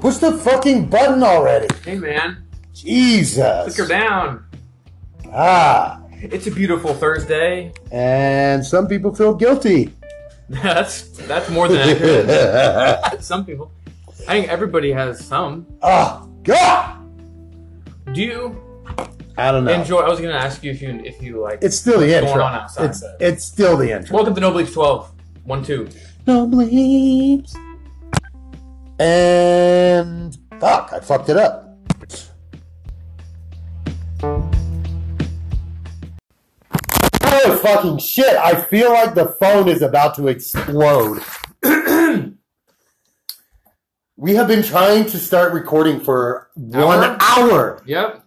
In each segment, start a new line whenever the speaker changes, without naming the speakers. Push the fucking button already.
Hey, man.
Jesus.
Look her down.
Ah.
It's a beautiful Thursday.
And some people feel guilty.
That's that's more than accurate. some people. I think everybody has some.
oh, God.
Do you
I don't know.
enjoy? I was gonna ask you if you if you like.
It's still the
What's
intro.
going on outside,
it's,
though?
it's still the intro.
Welcome to No Bleeps 12. One two.
No bleeps. And fuck, I fucked it up. Oh fucking shit! I feel like the phone is about to explode. we have been trying to start recording for one
Hour?
hour.
Yep.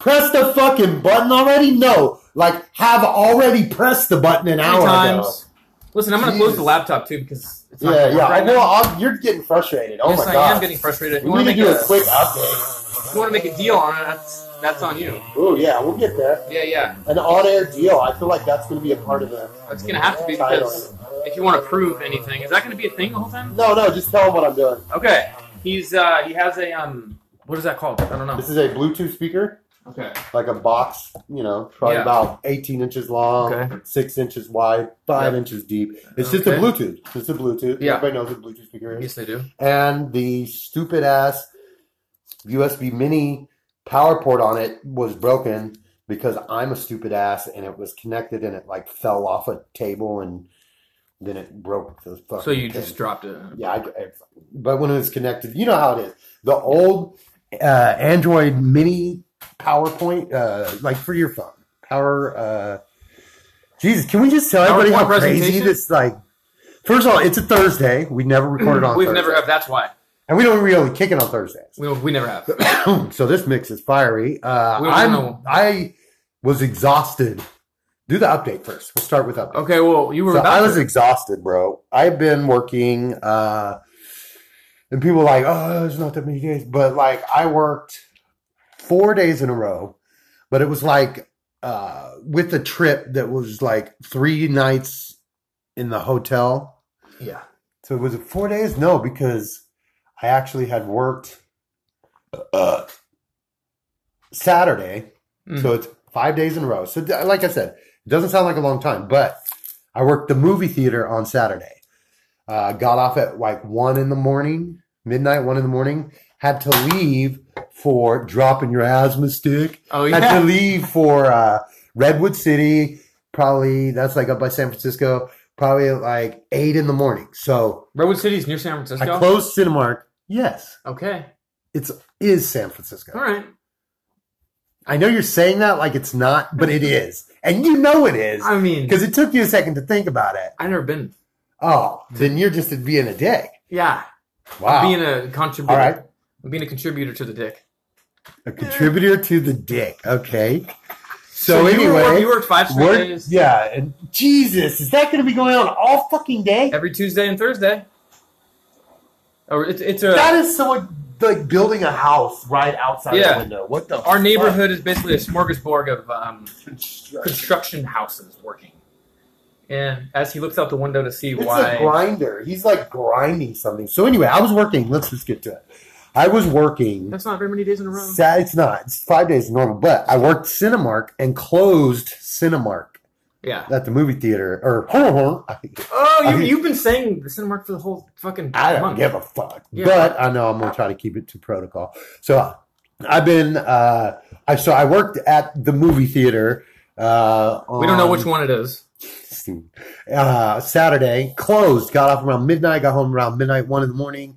Press the fucking button already? No, like have already pressed the button an
Many
hour ago.
times. Listen, I'm gonna close the
Jesus.
laptop too because it's not
Yeah,
gonna work
yeah.
right now.
well, I'm, you're getting frustrated. Oh
yes,
my
I
god.
am getting frustrated. If you
we
want to
need
make
to do a,
a,
quick update.
if you want to make a deal on it, that's that's on you.
Oh yeah, we'll get there.
Yeah, yeah.
An on-air deal. I feel like that's going to be a part of the
That's gonna have to be because if you want to prove anything, is that gonna be a thing the whole time?
No, no. Just tell them what I'm doing.
Okay. He's uh he has a um what is that called? I don't know.
This is a Bluetooth speaker,
Okay.
like a box. You know, probably
Yeah.
about 18 inches long,
Okay.
six inches wide, five
Yeah.
inches deep. It's just a
Okay.
Bluetooth. It's a Bluetooth.
Yeah.
Everybody knows what Bluetooth speaker is.
Yes, they do.
and the stupid ass USB mini power port on it was broken because I'm a stupid ass and it was connected and it like fell off a table and then it broke the fucking
So you
thing.
just dropped it.
yeah I, I- but when it was connected you know how it is the old uh, Android mini PowerPoint uh, like for your phone power uh, Jesus can we just tell everybody how
PowerPoint
crazy
presentation?
this like first of all it's a Thursday we never recorded on
We've
Thursday.
never have. That's why
And we don't really kick it on Thursdays.
we we never have.
so this mix is fiery. Uh,
We don't
I'm,
know.
I was exhausted. Do the update first. We'll start with update.
Okay. Well, you were
So
about.
I was
to.
exhausted, bro. I've been working, uh, and people are like, oh, it's not that many days, but like I worked four days in a row, but it was like uh, with a trip that was like three nights in the hotel.
yeah.
So was it four days? No, because I actually had worked uh, Saturday,
Mm.
so it's five days in a row. So, th- like I said, it doesn't sound like a long time, but I worked the movie theater on Saturday. Uh, got off at like one in the morning, midnight, one in the morning. Had to leave for dropping your asthma stick
Oh
had to
yeah.
leave for uh, Redwood City. Probably that's like up by San Francisco. Probably at like eight in the morning. So
Redwood City's near San Francisco.
I closed Cinemark. Yes,
okay.
it's is San Francisco.
All right.
I know you're saying that like it's not, but it is, and you know it is
I mean,
because it took you a second to think about it.
I've never been.
Oh, then you're just being a dick.
Yeah.
Wow,
Being a contributor.
All right.
Being a contributor to the dick.
a contributor to the dick. Okay. So,
you were-
anyway,
you worked five straight
work-
days.
yeah, and Jesus, is that going to be going on all fucking day?
Every Tuesday and Thursday. Or it's it's a.
That is someone like building a house right outside
Yeah.
the window. What the?
our
fuck?
neighborhood is basically a smorgasbord of um, construction houses working. And as he looks out the window to see
It's
why,
a grinder. He's like grinding something. So anyway, I was working. Let's just get to it. I was working.
that's not very many days in a row.
Sa- It's not. It's five days normal, but I worked Cinemark and closed Cinemark
Yeah.
at the movie theater or
Oh,
I
you,
mean-
you've been saying the Cinemark for the whole fucking
I don't
month.
give a fuck.
Yeah.
But I know I'm gonna try to keep it to protocol. So I've been uh I so I worked at the movie theater uh
we don't know
on-
which one it is.
uh, Saturday, closed, got off around midnight, got home around midnight, one in the morning.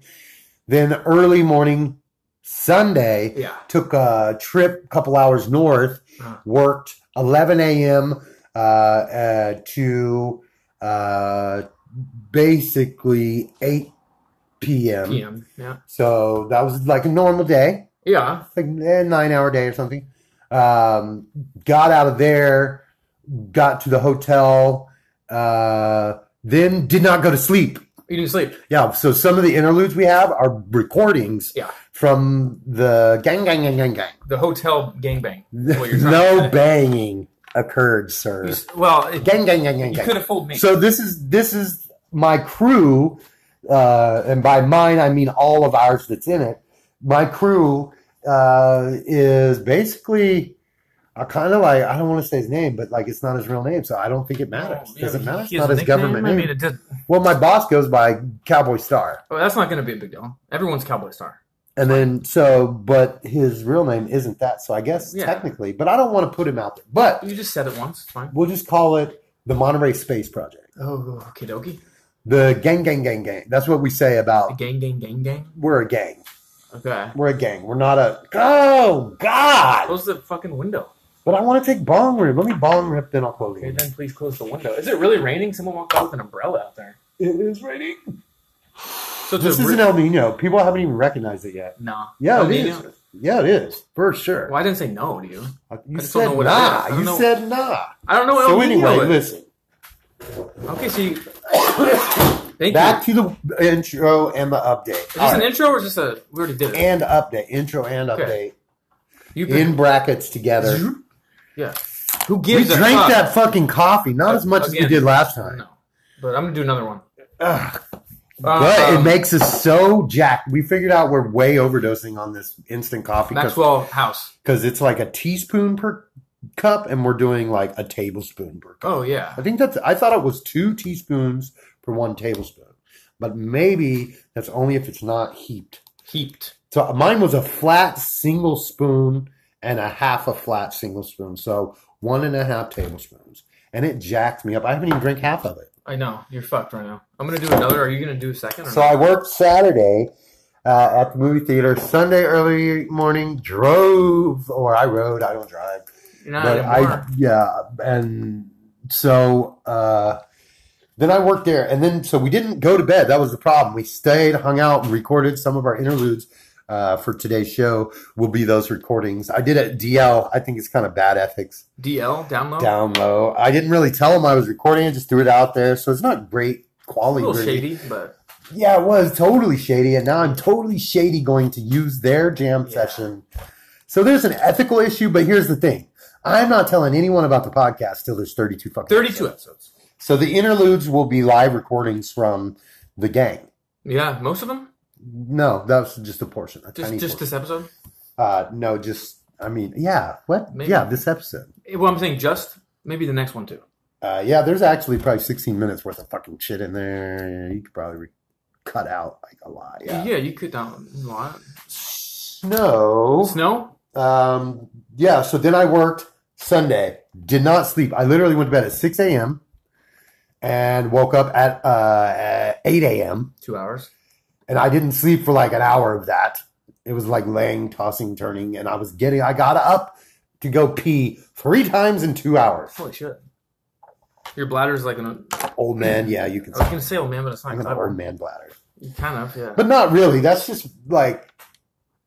Then early morning, Sunday,
Yeah.
took a trip a couple hours north,
Uh-huh.
worked 11 a.m. Uh, uh, to uh, basically 8 p.m.
PM. Yeah.
So that was like a normal day
Yeah.
like a nine hour day or something. Um, got out of there, got to the hotel, uh, then did not go to sleep.
You didn't sleep.
Yeah, so some of the interludes we have are recordings
Yeah.
from the gang, gang, gang, gang, gang.
The hotel gangbang. is what you're trying to
no
say.
banging occurred,
You
sir.
s- Well, it,
Gang, gang, gang, gang,
you
gang.
could have fooled me.
So this is this is my crew, uh, and by mine I mean all of ours that's in it. my crew uh, is basically I kind of like I don't want to say his name, but like it's not his real name, so I don't think it matters.
Oh, Yeah,
Doesn't
he-
matter. It's
he has
not
a
his
nickname?
government
I
name.
mean, it did,
well, my boss goes by Cowboy Star,
well, that's not going to be a big deal. Everyone's Cowboy Star.
and then so, but his real name isn't that. So I guess
Yeah.
technically, but I don't want to put him out there. But
You just said it once. It's fine.
we'll just call it the Monterey Space Project.
Oh, okay, dokie.
The gang, gang, gang, gang. That's what we say about.
Gang, gang, gang, gang.
We're a gang.
Okay.
We're a gang. We're not a. Oh God!
Close the fucking window.
But I want to take bong rip. Let me bong rip, then I'll close
Okay,
it.
then please close the window. Is it really raining? Someone walked out with an umbrella out there.
It is raining.
So
This is an El Nino. People haven't even recognized it yet.
no.
Yeah,
El
it is.
Nino?
Yeah, it is for sure. Uh,
Well, I didn't say no to you.
You
I just don't
said
know what it is.
nah.
I don't
You
know-
said nah.
I don't know what El
so
Nino
anyway,
is.
listen.
Okay, so you. Thank you.
Back to the intro and the update.
Is
All
this an
right.
intro or just a? We already did it.
And update. Intro and
Okay.
update.
You
In brackets together.
yeah. Who
We
gives a
drank
fuck?
that fucking coffee. Not as much as we
Again.
did last time.
No, but I'm gonna do another one.
Ugh.
Um,
But it makes us so jacked. We figured out we're way overdosing on this instant coffee
Maxwell House.
because it's like a teaspoon per cup, and we're doing like a tablespoon per cup.
Oh yeah.
I think that's. I thought it was two teaspoons per one tablespoon, but maybe that's only if it's not heaped.
Heaped.
So mine was a flat single spoon and a half a flat single spoon, so one and a half tablespoons, and it jacked me up. I haven't even drank half of it.
I know you're fucked right now. I'm gonna do another. Are you gonna do a second? Or
So
not?
I worked Saturday uh, at the movie theater. Sunday early morning, drove or I rode. I don't drive.
You're not
but I
anymore.
yeah, and so uh, then I worked there, and then so we didn't go to bed. That was the problem. We stayed, hung out, and recorded some of our interludes. Uh, for today's show will be those recordings. I did at DL. I think it's kind of bad ethics
DL download.
down low. I didn't really tell them I was recording. I just threw it out there. So it's not great
a
quality.
little
really.
shady, but
Yeah, it was totally shady, and now I'm totally shady going to use their jam
Yeah.
session. So there's an ethical issue, but here's the thing: I'm not telling anyone about the podcast till there's 32 fucking
32
episodes.
episodes.
So the interludes will be live recordings from the gang.
Yeah, most of them.
No, that's just a portion, a
Just
tiny portion.
just this episode.
uh, no, just I mean, yeah, what?
Maybe.
Yeah, this episode.
Eh, Well, I'm saying just maybe the next one too.
Uh, yeah, there's actually probably 16 minutes worth of fucking shit in there. You could probably re- cut out like a lot.
Yeah,
Yeah.
you could download a lot.
Snow.
Snow.
um, yeah, so then I worked Sunday, did not sleep. I literally went to bed at 6 a.m. and woke up at, uh, at 8 a.m.
Two hours.
And I didn't sleep for like an hour of that. It was like laying, tossing, turning. And I was getting, I got up to go pee three times in two hours.
Holy shit. Your bladder's like an. I
Old man, yeah, you can
was
say
gonna say old man, but it's not.
I'm an old man bladder.
Kind of, yeah.
But not really. That's just like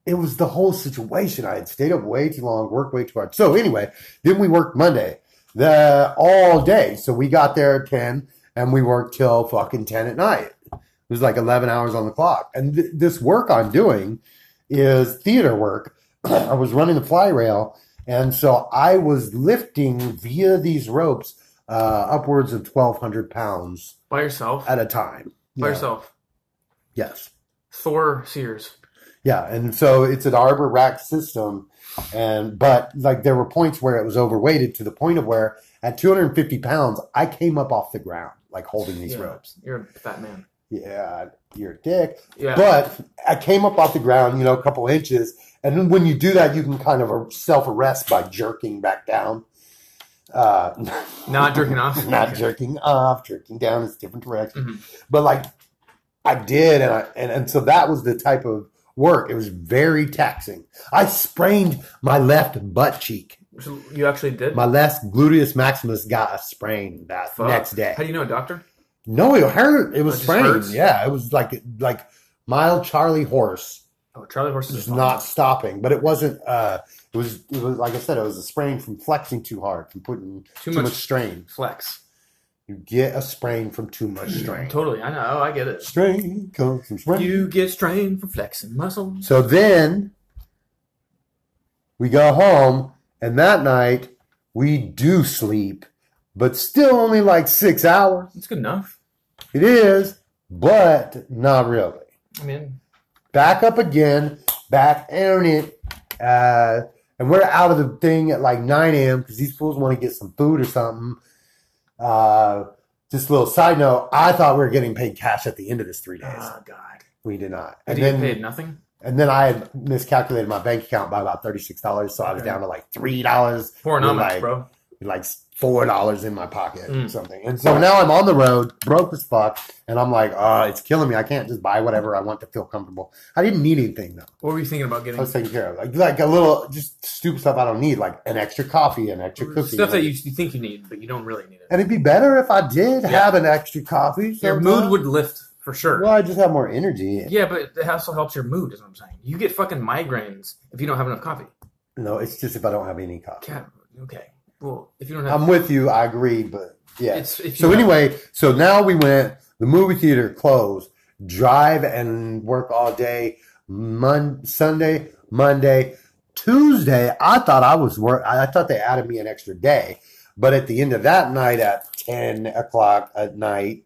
it was the whole situation. I had stayed up way too long, worked way too hard. So anyway, then we worked Monday, the all day. So we got there at ten, and we worked till fucking ten at night. It was like eleven hours on the clock. And th- this work I'm doing is theater work. I was running the fly rail, and so I was lifting via these ropes uh, upwards of twelve hundred pounds
by yourself.
at a time.
by
Yeah.
yourself.
Yes.
Thor Sears.
Yeah, and so it's an arbor rack system, and but like there were points where it was overweighted to the point of where at 250 pounds I came up off the ground like holding these
Yeah.
ropes.
You're a fat man.
Yeah, you're a dick,
Yeah.
but I came up off the ground, you know, a couple inches, and then when you do that, you can kind of self arrest by jerking back down. Uh,
not jerking off.
not
Okay.
jerking off, jerking down is different direction.
Mhm.
But like I did, and I and, and so that was the type of work. It was very taxing. I sprained my left butt cheek.
So you actually did.
My left gluteus maximus got a sprain that
Fuck.
next day.
How do you know, doctor?
no, it hurt. It was
It just
sprained.
hurts?
Yeah, it was like like mild Charlie horse
Oh, Charlie Horse
was
is
not stopping, but it wasn't. uh it was, it was like I said, it was a sprain from flexing too hard, from putting too,
Too much-
much strain.
flex.
You get a sprain from too much strain.
Totally. I know. I get it.
Strain comes from strain.
You get strained from flexing muscles.
So then we go home, and that night we do sleep, but still only like six hours.
It's good enough.
It is, but not really.
I mean,
Back up again back on it. Uh, and we're out of the thing at like 9 a.m. because these fools want to get some food or something. Uh, just a little side note, I thought we were getting paid cash at the end of this three days.
Oh God!
We did not. And
Did you get
then,
paid nothing?
and then I had miscalculated my bank account by about $36, so I was
Okay.
down to like $3,
Four
We're
numbers,
like-
bro.
like $4 in my pocket or
Mm.
something. And so now I'm on the road, broke as fuck, and I'm like, oh, it's killing me. I can't just buy whatever I want to feel comfortable. I didn't need anything though.
What were you thinking about
I
getting?
was taking care of like like a little just stupid stuff I don't need, like an extra coffee, an extra cookie.
Stuff that you, you think you need, but you don't really need it.
and it'd be better if I did
Yeah.
have an extra coffee.
Your mood
sometimes.
would lift for sure.
Well, I just have more energy.
Yeah, but it also helps your mood. Is what I'm saying. You get fucking migraines if you don't have enough coffee.
No, it's just if I don't have any coffee.
God, okay. Well, if you don't have,
I'm with you. I agree, but yeah.
it's if you
So
have-
anyway, so now we went. The movie theater closed. Drive and work all day. Mon- Sunday, Monday, Tuesday. I thought I was work. I I thought they added me an extra day, but at the end of that night at ten o'clock at night,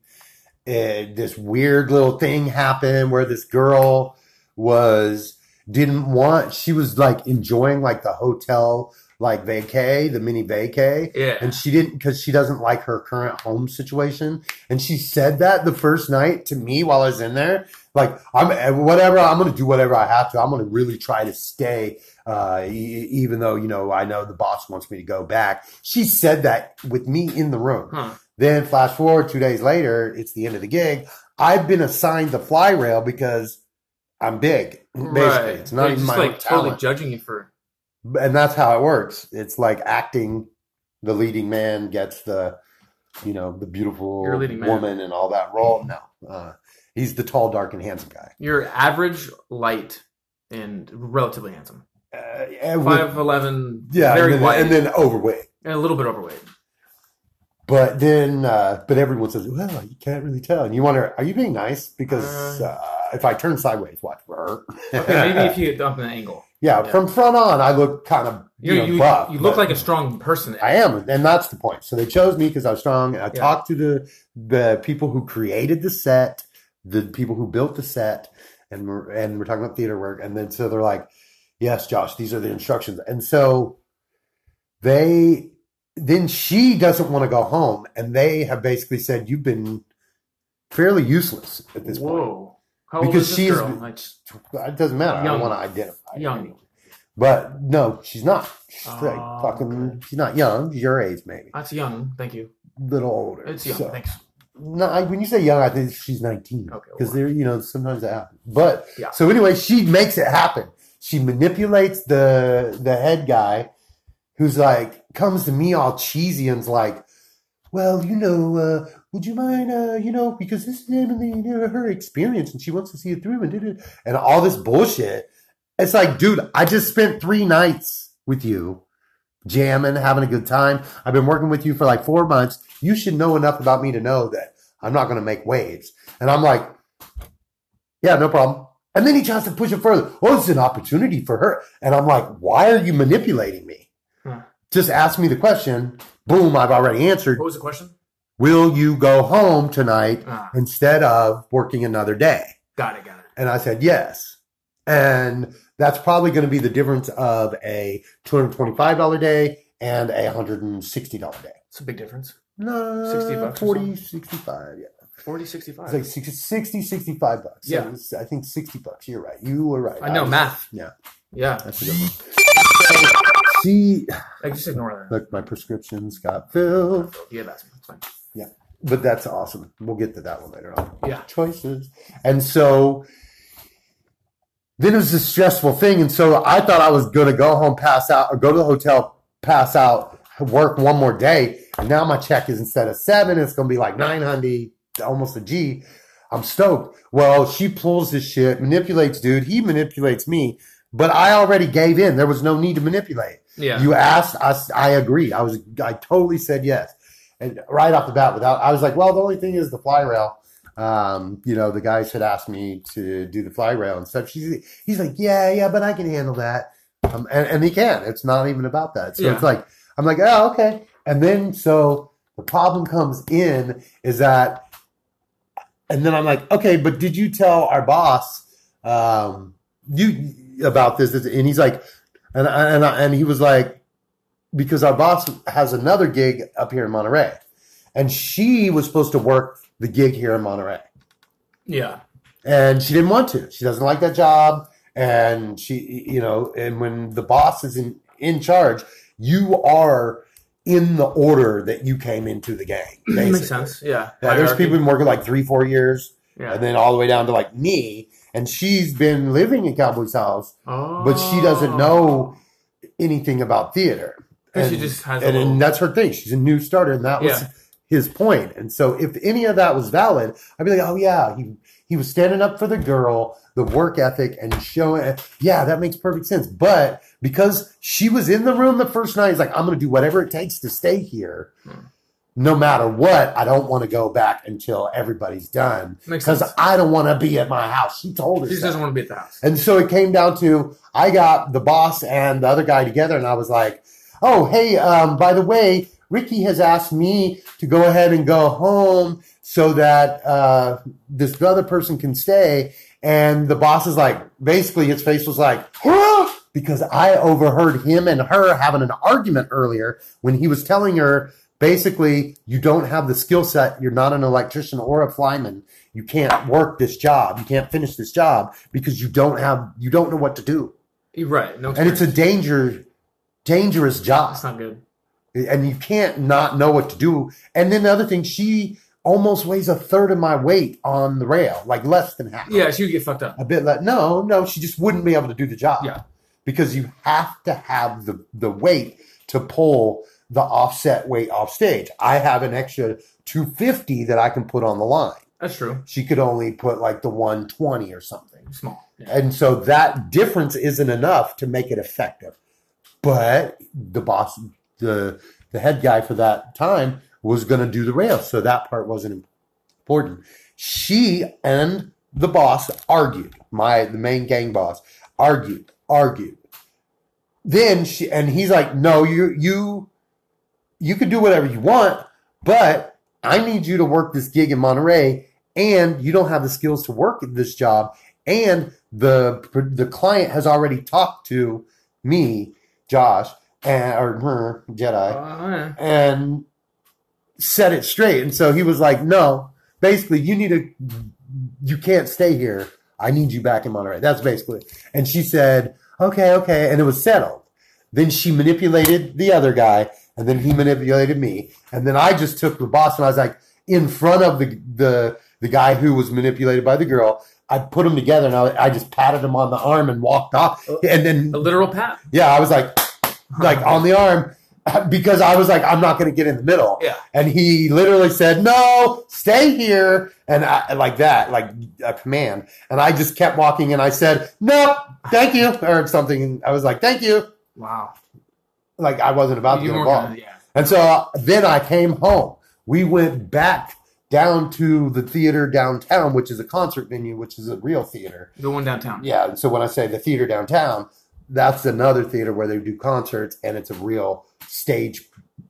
eh, this weird little thing happened where this girl was didn't want. She was like enjoying like the hotel like vacay, the mini vacay
yeah.
and she didn't because she doesn't like her current home situation and she said that the first night to me while i was in there like i'm eh, whatever i'm gonna do whatever i have to i'm gonna really try to stay uh, e- even though you know i know the boss wants me to go back she said that with me in the room
Huh.
then flash forward two days later it's the end of the gig i've been assigned the fly rail because i'm big basically
Right.
it's not
They're
even
just
my
like
own
totally
talent
judging you for.
and that's how it works. It's like acting. The leading man gets the, you know, the beautiful
You're a leading man.
woman and all that role. No, uh, he's the tall, dark, and handsome guy.
You're average, light, and relatively handsome.
Uh, and with-
Five eleven,
yeah, and
very
then,
white,
and then overweight.
and a little bit overweight.
But then, uh, but everyone says, "Well, you can't really tell." And you wonder, are you being nice? Because
Uh.
uh, if I turn sideways, watch. Okay,
Okay, maybe if you dump an angle,
yeah, from front on, I look kind of
you
you, know,
you,
buff,
you look
but-
like a strong person.
I am, and that's the point. So they chose me because I was strong, and I
Yeah.
talked to the the people who created the set, the people who built the set, and we're, and we're talking about theater work. And then so they're like, "Yes, Josh, these are the instructions." And so they then she doesn't want to go home, and they have basically said, "You've been fairly useless at this point."
Whoa, how old
Because
is this
she's-
girl? Like,
It doesn't matter. I
Young.
don't want to identify.
young.
But no, she's not. She's like
Oh,
fucking.
okay.
She's not young. She's your age, maybe.
That's young. Thank you.
little older.
It's young.
So-
Thanks.
No, I, when you say young, I think she's 19.
Okay, well.
Because they're, you know, sometimes that happens. But,
Yeah.
so anyway, she makes it happen. She manipulates the the head guy who's like, comes to me all cheesy and's like, well, you know, uh, would you mind, uh, you know, because this is Emily and her- her experience and she wants to see it through and, did it and all this bullshit. It's like, dude, I just spent three nights with you jamming, having a good time. I've been working with you for like four months. You should know enough about me to know that I'm not going to make waves. And I'm like, yeah, no problem. And then he tries to push it further. Oh, it's an opportunity for her. And I'm like, why are you manipulating me?
Hmm.
Just ask me the question. Boom, I've already answered.
What was the question?
Will you go home tonight
Ah,
instead of working another day?
got it. Got it.
And I said, yes. And that's probably going to be the difference of a $225 day and a $160 day.
It's a big difference.
No,
60 bucks or
40, 65, yeah.
40, 65.
It's like 60, 60 65 bucks. So
Yeah.
it's- I think 60 bucks. You're right. You were right.
I know
was-
math.
Yeah.
Yeah.
That's a good one. She,
Like just ignore that.
look, my prescriptions got filled,
Yeah, that's that's fine.
but that's awesome. We'll get to that one later on.
Yeah.
choices. And so then it was a stressful thing. And so I thought I was going to go home, pass out, or go to the hotel, pass out, work one more day. And now my check is instead of seven, it's going to be like 900, almost a G. I'm stoked. Well, she pulls this shit, manipulates dude. He manipulates me, but I already gave in. There was no need to manipulate.
Yeah.
You asked, I, s- I agreed. I was, I totally said yes. And right off the bat, without, I was like, well, the only thing is the fly rail. Um, you know, the guys had asked me to do the fly rail and stuff. She's, he's like, yeah, yeah, but I can handle that. Um, and, and he can. It's not even about that. So
Yeah.
it's like, I'm like, oh, okay. And then so the problem comes in is that, and then I'm like, okay, but did you tell our boss, um, you about this, this and he's like, and I- and I- and he was like, because our boss has another gig up here in Monterey, and she was supposed to work the gig here in Monterey,
Yeah.
and she didn't want to. She doesn't like that job, and she, you know, and when the boss is in in charge, you are in the order that you came into the gang. basically.
Makes sense. Yeah.
Yeah, there's
Hierarchy.
people who've been working like three, four years,
Yeah.
and then all the way down to like me. And she's been living in Cowboy's house,
oh.
but she doesn't know anything about theater.
And she just has a
and, and
little-
that's her thing. She's a new starter, and that was
Yeah.
his point. And so, if any of that was valid, I'd be like, "Oh yeah, he he was standing up for the girl, the work ethic, and showing. Yeah, that makes perfect sense." But because she was in the room the first night, he's like, "I'm going to do whatever it takes to stay here." No matter what, I don't want to go back until everybody's done
Makes
because
sense.
I don't want to be at my house. She told us.
She just doesn't want to be at the house.
And so it came down to I got the boss and the other guy together, and I was like, "Oh, hey, um, by the way, Ricky has asked me to go ahead and go home so that uh, this other person can stay." And the boss is like, basically, his face was like, "Huh?" because I overheard him and her having an argument earlier when he was telling her. Basically, you don't have the skill set. You're not an electrician or a flyman you can't work this job you can't finish this job because you don't have you don't know what to do
You're right. No.
and it's a danger dangerous job
That's not good.
and you can't not know what to do and then the other thing she almost weighs a third of my weight on the rail like less than half
Yeah, she would get fucked up.
a bit like no no she just wouldn't be able to do the job
Yeah.
because you have to have the the weight to pull the offset weight off stage i have an extra 250 that i can put on the line
That's true.
she could only put like the 120 or something.
Small. Yeah.
And so that difference isn't enough to make it effective. But the boss, the the head guy for that time was going to do the rail, so that part wasn't important. She and the boss argued. My the main gang boss argued, argued. Then she and he's like, "No, you you you can do whatever you want, but I need you to work this gig in Monterey, and you don't have the skills to work this job, and the the client has already talked to me, Josh, and, or her, Jedi,
Oh, yeah.
and set it straight. And so he was like, "No, basically, you need to, you can't stay here. I need you back in Monterey." That's basically. And she said, "Okay, okay," and it was settled. Then she manipulated the other guy, and then he manipulated me, and then I just took the boss, and I was like, in front of the the the guy who was manipulated by the girl. I put them together, and I, I just patted him on the arm and walked off. And then
A literal pat.
yeah, I was like, like on the arm because I was like, I'm not going to get in the middle.
Yeah.
And he literally said, no, stay here. And I, like that, like a command. And I just kept walking and I said, no, thank you, or something. And I was like, thank you.
Wow.
Like I wasn't about to
You
get
weren't
involved.
gonna- yeah.
And so uh, then I came home. We went back down to the theater downtown, which is a concert venue, which is a real theater.
The one downtown.
Yeah, and so when I say the theater downtown, that's another theater where they do concerts, and it's a real stage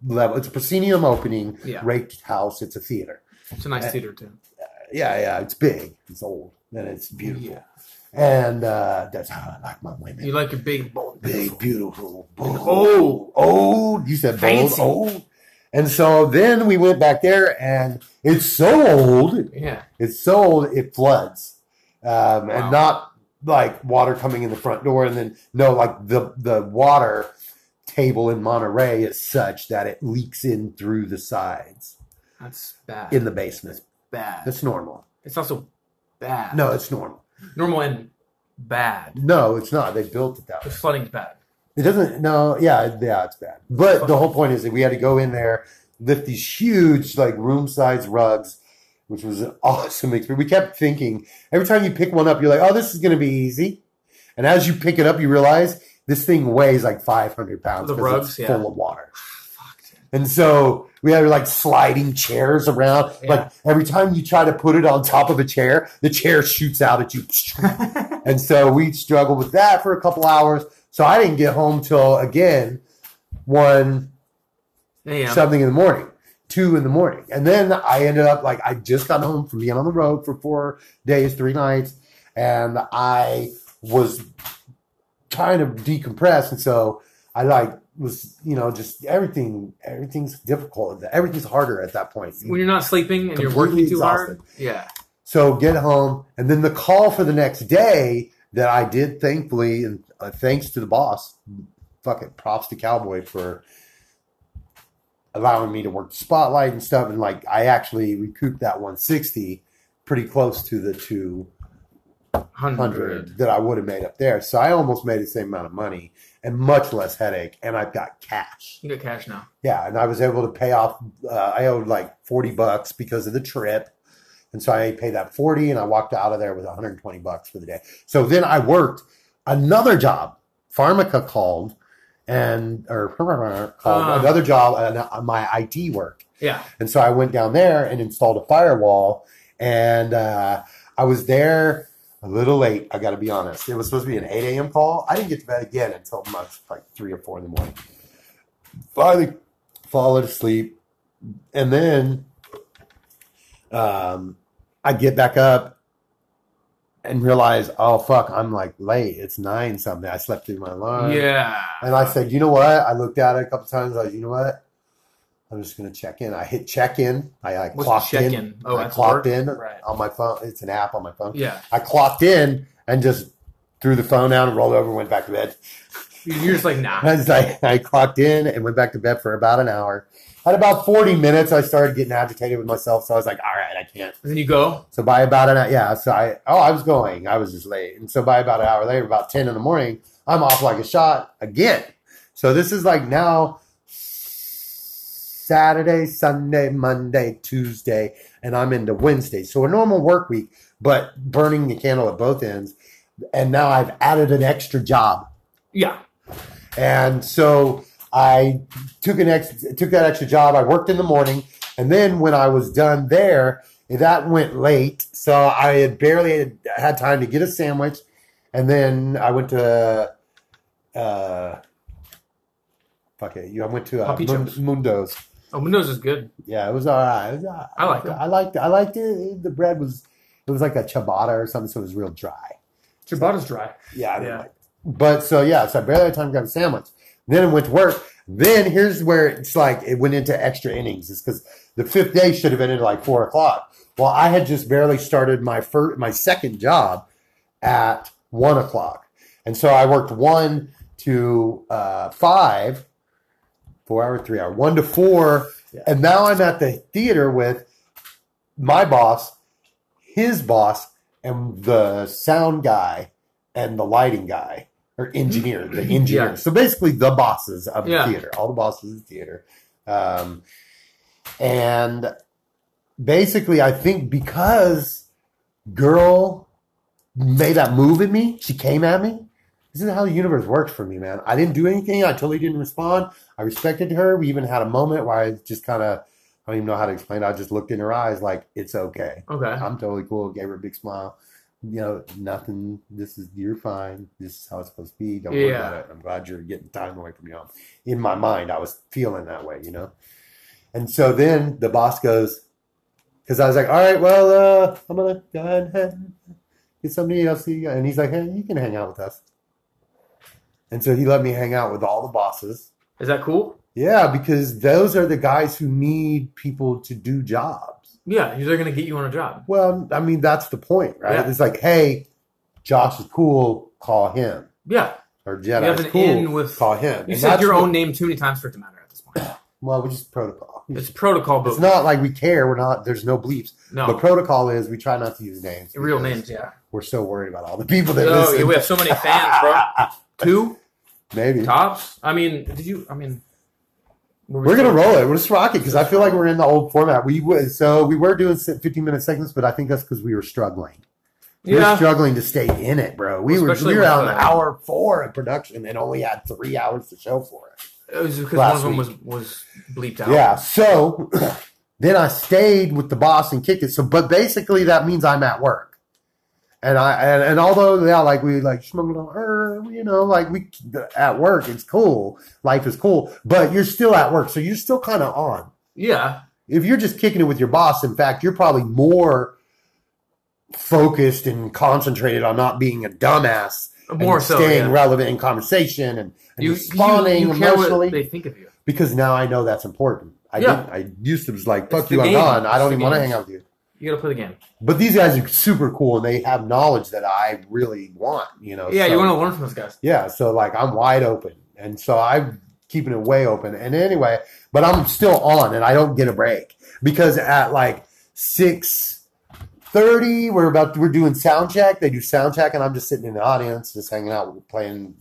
level. It's a proscenium opening,
Yeah.
raked house. It's a theater.
It's a nice theater too.
Yeah, yeah, it's big, it's old, and it's beautiful.
Yeah.
And uh, that's how I like my women.
You like your big bold.
big, beautiful, bold,
old.
old. You said bold,
Fancy.
old. And so then we went back there, and it's so old,
Yeah.
it's so old it floods, um,
Wow.
and not like water coming in the front door, and then no, like the the water table in Monterey is such that it leaks in through the sides
That's bad.
in the basement.
bad.
That's normal.
It's also bad.
No, it's normal.
Normal and bad.
No, it's not. They built it that
The
way.
flooding's bad.
It doesn't. No, yeah, yeah, it's bad. But the whole point is that we had to go in there, lift these huge like room size rugs, which was an awesome experience. We kept thinking every time you pick one up, you're like, oh, this is going to be easy, and as you pick it up, you realize this thing weighs like 500 pounds.
The
'cause
rugs,
it's
yeah.
full of water.
Fuck, dude.
And so we had like sliding chairs around.
Yeah.
Like every time you try to put it on top of a chair, the chair shoots out at you. and so we struggled with that for a couple hours. So I didn't get home till again one
Yeah.
something in the morning, two in the morning. And then I ended up like, I just got home from being on the road for four days, three nights. And I was trying to decompress, and so I like was you know just everything everything's difficult. Everything's harder at that point.
When you're not sleeping and you're working
Completely
too hard.
exhausted.
Yeah.
So get home, and then the call for the next day that I did, thankfully, and uh, thanks to the boss. Fuck it, props to Cowboy for allowing me to work the spotlight and stuff. And like, I actually recouped that 160 pretty close to the 200
Hundred.
that I would have made up there. So I almost made the same amount of money and much less headache. And I've got cash.
You get cash now.
Yeah, and I was able to pay off. Uh, I owed like forty bucks because of the trip, and so I paid that forty, and I walked out of there with one hundred twenty bucks for the day. So then I worked another job. Pharmaca called, and or called
Ah.
another job and uh, my IT work,
Yeah.
and so I went down there and installed a firewall, and uh, I was there. A little late, I gotta be honest. It was supposed to be an 8 a.m. call. I didn't get to bed again until much like 3 or 4 in the morning finally fallen asleep. And then um, I get back up and realize, oh, fuck, I'm like late. It's nine something. I slept through my alarm.
yeah.
Uh, And I said, you know what? I looked at it a couple times. I was, you know what? I'm just going to check in. I hit check in. I, I
What's
clocked
check
in.
in? Oh,
I
that's
clocked
work?
in
Right.
on my phone. It's an app on my phone.
Yeah.
I clocked in and just threw the phone down and rolled over and went back to bed.
You're just like, nah.
I was like, I clocked in and went back to bed for about an hour. At about 40 minutes, I started getting agitated with myself. So I was like, all right, I can't.
Then you go.
So by about an hour, yeah. So I, oh, I was going. I was just late. And so by about an hour later, about 10 in the morning, I'm off like a shot again. So this is like now Saturday, Sunday, Monday, Tuesday, and I'm into Wednesday. So a normal work week, but burning the candle at both ends. And now I've added an extra job
Yeah.
and so I took an ex- took that extra job. I worked in the morning, and then when I was done there, that went late, so I had barely had, had time to get a sandwich, and then I went to. Uh, Fuck it! You, I went to uh,
Papi
Mun-
Joe's.
Mundo's.
Oh, Windows is good.
Yeah, it was all right. It was all right.
I like 'em.
I liked. I liked it. The bread was. It was like a ciabatta or something, so it was real dry.
Ciabatta's dry.
Yeah, I didn't
Yeah.
like. But so yeah, so I barely had time to grab a sandwich. Then I went to work. Then here's where it's like it went into extra innings. Is because the fifth day should have ended at like four o'clock. Well, I had just barely started my first, my second job at one o'clock, and so I worked one to uh, five, four hour, three hour, one to four, and now I'm at the theater with my boss, his boss, and the sound guy and the lighting guy or engineer, the engineer.
Yeah.
So basically, the bosses of the
Yeah.
theater, all the bosses of the theater, um, and basically, I think because girl made that move at me, she came at me. This is how the universe works for me, man. I didn't do anything. I totally didn't respond. I respected her. We even had a moment where I just kind of, I don't even know how to explain it. I just looked in her eyes like, it's okay.
Okay.
I'm totally cool. Gave her a big smile. You know, nothing. This is you're fine. This is how it's supposed to be. Don't worry
Yeah.
about it. I'm glad you're getting time away from your home. In my mind, I was feeling that way, you know. And so then the boss goes, because I was like, all right, well, uh, I'm gonna go ahead and get something to eat. I'll see you. And he's like, hey, you can hang out with us. And so he let me hang out with all the bosses.
Is that cool?
Yeah, because those are the guys who need people to do jobs.
Yeah. They're going to get you on a job.
Well, I mean, that's the point, right?
Yeah.
It's like, hey, Josh is cool, call him.
Yeah.
Or
You have
Jedi is
an
cool,
in with-
call him.
You
And
said
that's
your
what-
own name too many times for it to matter at this point.
Well, we're just protocol.
It's protocol, but
It's not like we care. We're not. There's no bleeps. The
no.
protocol is we try not to use names.
Real
because
names, yeah.
We're so worried about all the people that
Oh,
listen.
yeah, we have so many fans, bro. Two
Maybe
tops. I mean, did you? I mean, were we
we're gonna
still-
roll it. We're just rocking because I feel like we're in the old format. We w- so we were doing 15 minute segments, but I think that's because we were struggling. We were
Yeah,
struggling to stay in it, bro. We were
Especially
we were
with,
on
uh,
hour four of production and only had three hours to show for it.
it was because one
last
of them was was bleeped out.
Yeah. So then I stayed with the boss and kicked it. So, but basically that means I'm at work. And I and, and although yeah, like we like smuggling on her, you know, like we at work, it's cool. Life is cool, but you're still at work, so you're still kind of on.
yeah.
If you're just kicking it with your boss, in fact, you're probably more focused and concentrated on not being a dumbass and
More so,
staying
yeah.
relevant in conversation and, and
you,
responding
you, you care
emotionally
what they think of you.
because now I know that's important. I
Yeah.
didn't, I used to was like,
It's
fuck
the
you, I'm
game.
gone. I
It's
don't
the
even want to
game.
hang out with you.
You got to play the game.
But these guys are super cool and they have knowledge that I really want, you know.
Yeah,
Oh, so-
you want to learn from those guys.
yeah, so like I'm wide open, and so I'm keeping it way open. And anyway, but I'm still on, and I don't get a break because at like six thirty, we're about we're doing sound check. They do sound check, and I'm just sitting in the audience, just hanging out, playing,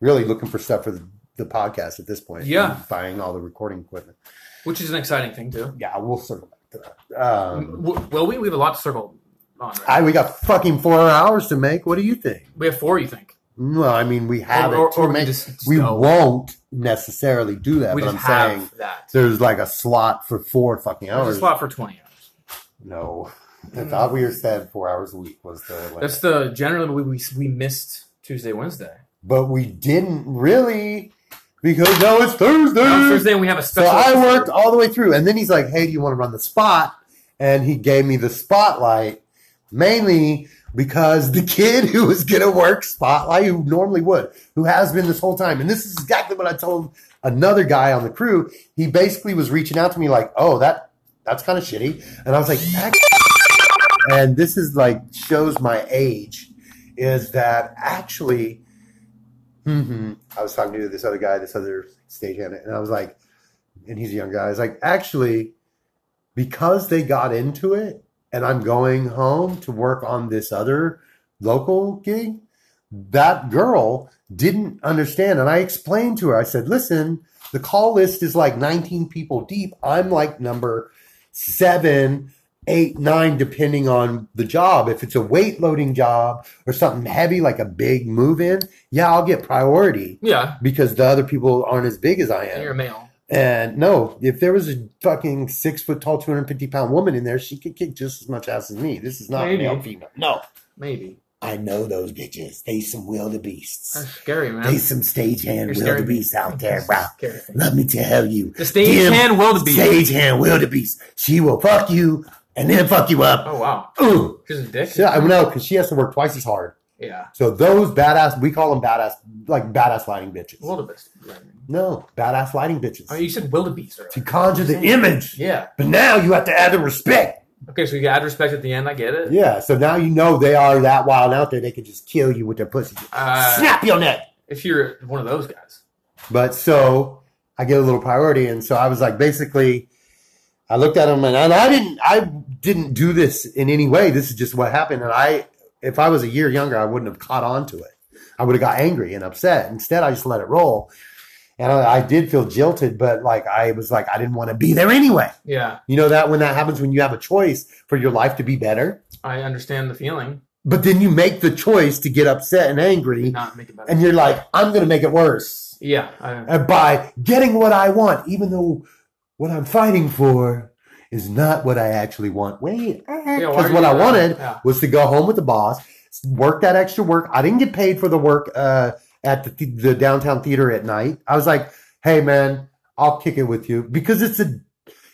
really looking for stuff for the, the podcast at this point.
Yeah.
and buying all the recording equipment.
which is an exciting thing too.
Yeah, we'll circle back to that. Um,
W- well, we, we have a lot to circle on. Right?
I we got fucking four hours to make. What do you think?
we have four, you think?
No, I mean we have
or,
it
or,
to
or we
make.
just just
we
don't.
won't necessarily do that,
we
but
just
I'm
have
saying
that.
there's like a slot for four fucking
There's
hours.
a slot Mm. for twenty hours.
No, I thought we were said four hours a week was the limit.
That's the generally we, we we missed Tuesday, Wednesday.
but we didn't really because now it's Thursday.
On Thursday we have a
Mm. so
special.
I worked all the way through, and then he's like, "Hey, do you want to run the spot?" And he gave me the spotlight mainly because the kid who was gonna work spotlight, who normally would, who has been this whole time, and this is exactly what I told another guy on the crew. He basically was reaching out to me like, "Oh, that that's kind of shitty," and I was like, "That and this is like shows my age is that actually hmm i was talking to this other guy this other stagehand and i was like and he's a young guy i was like actually because they got into it and i'm going home to work on this other local gig that girl didn't understand and i explained to her i said listen the call list is like 19 people deep i'm like number seven eight, nine, depending on the job. If it's a weight loading job or something heavy, like a big move in, yeah, I'll get priority
Yeah,
because the other people aren't as big as I
and you're a
am.
male.
And no, if there was a fucking six foot tall, 250 pound woman in there, she could kick just as much ass as me. This is not
Maybe.
male female. No.
Maybe
I know those bitches. They some
that's
wildebeests.
scary, man.
They some stagehand
You're scaring me.
wildebeests out there, bro.
Scary.
Let me tell you.
The stage
Damn
hand wildebeest.
Stagehand wildebeest. She will fuck you and then fuck you up.
Oh wow,
Ooh.
she's a dick.
Yeah, I mean, no, because she has to work twice as hard.
Yeah,
So those badass, we call them badass, like badass lighting bitches.
wildebeest.
no, badass lighting bitches.
Oh, you said wildebeest
to
earlier.
conjure the image,
Yeah.
but now you have to add the respect.
Okay, so you add respect at the end. I get it.
Yeah, so now you know they are that wild out there. They can just kill you with their pussy,
Uh,
snap your neck.
if you're one of those guys,
But so I get a little priority, and so I was like, basically, I looked at him, and I, and I didn't, I didn't do this in any way. This is just what happened, and I, if I was a year younger, I wouldn't have caught on to it. I would have got angry and upset. Instead, I just let it roll, and I, I did feel jilted, but like I was like, I didn't want to be there anyway.
yeah,
You know that when that happens, when you have a choice for your life to be better,
I understand the feeling.
but then you make the choice to get upset and angry,
Not make it better.
and you're like, I'm going to make it worse
yeah, I,
and by getting what I want, even though what I'm fighting for is not what I actually want. Wait,
yeah. why
because
are
what
you-
I wanted
Yeah.
was to go home with the boss, work that extra work. I didn't get paid for the work uh, at the, th- the downtown theater at night. I was like, hey, man, I'll kick it with you because it's a,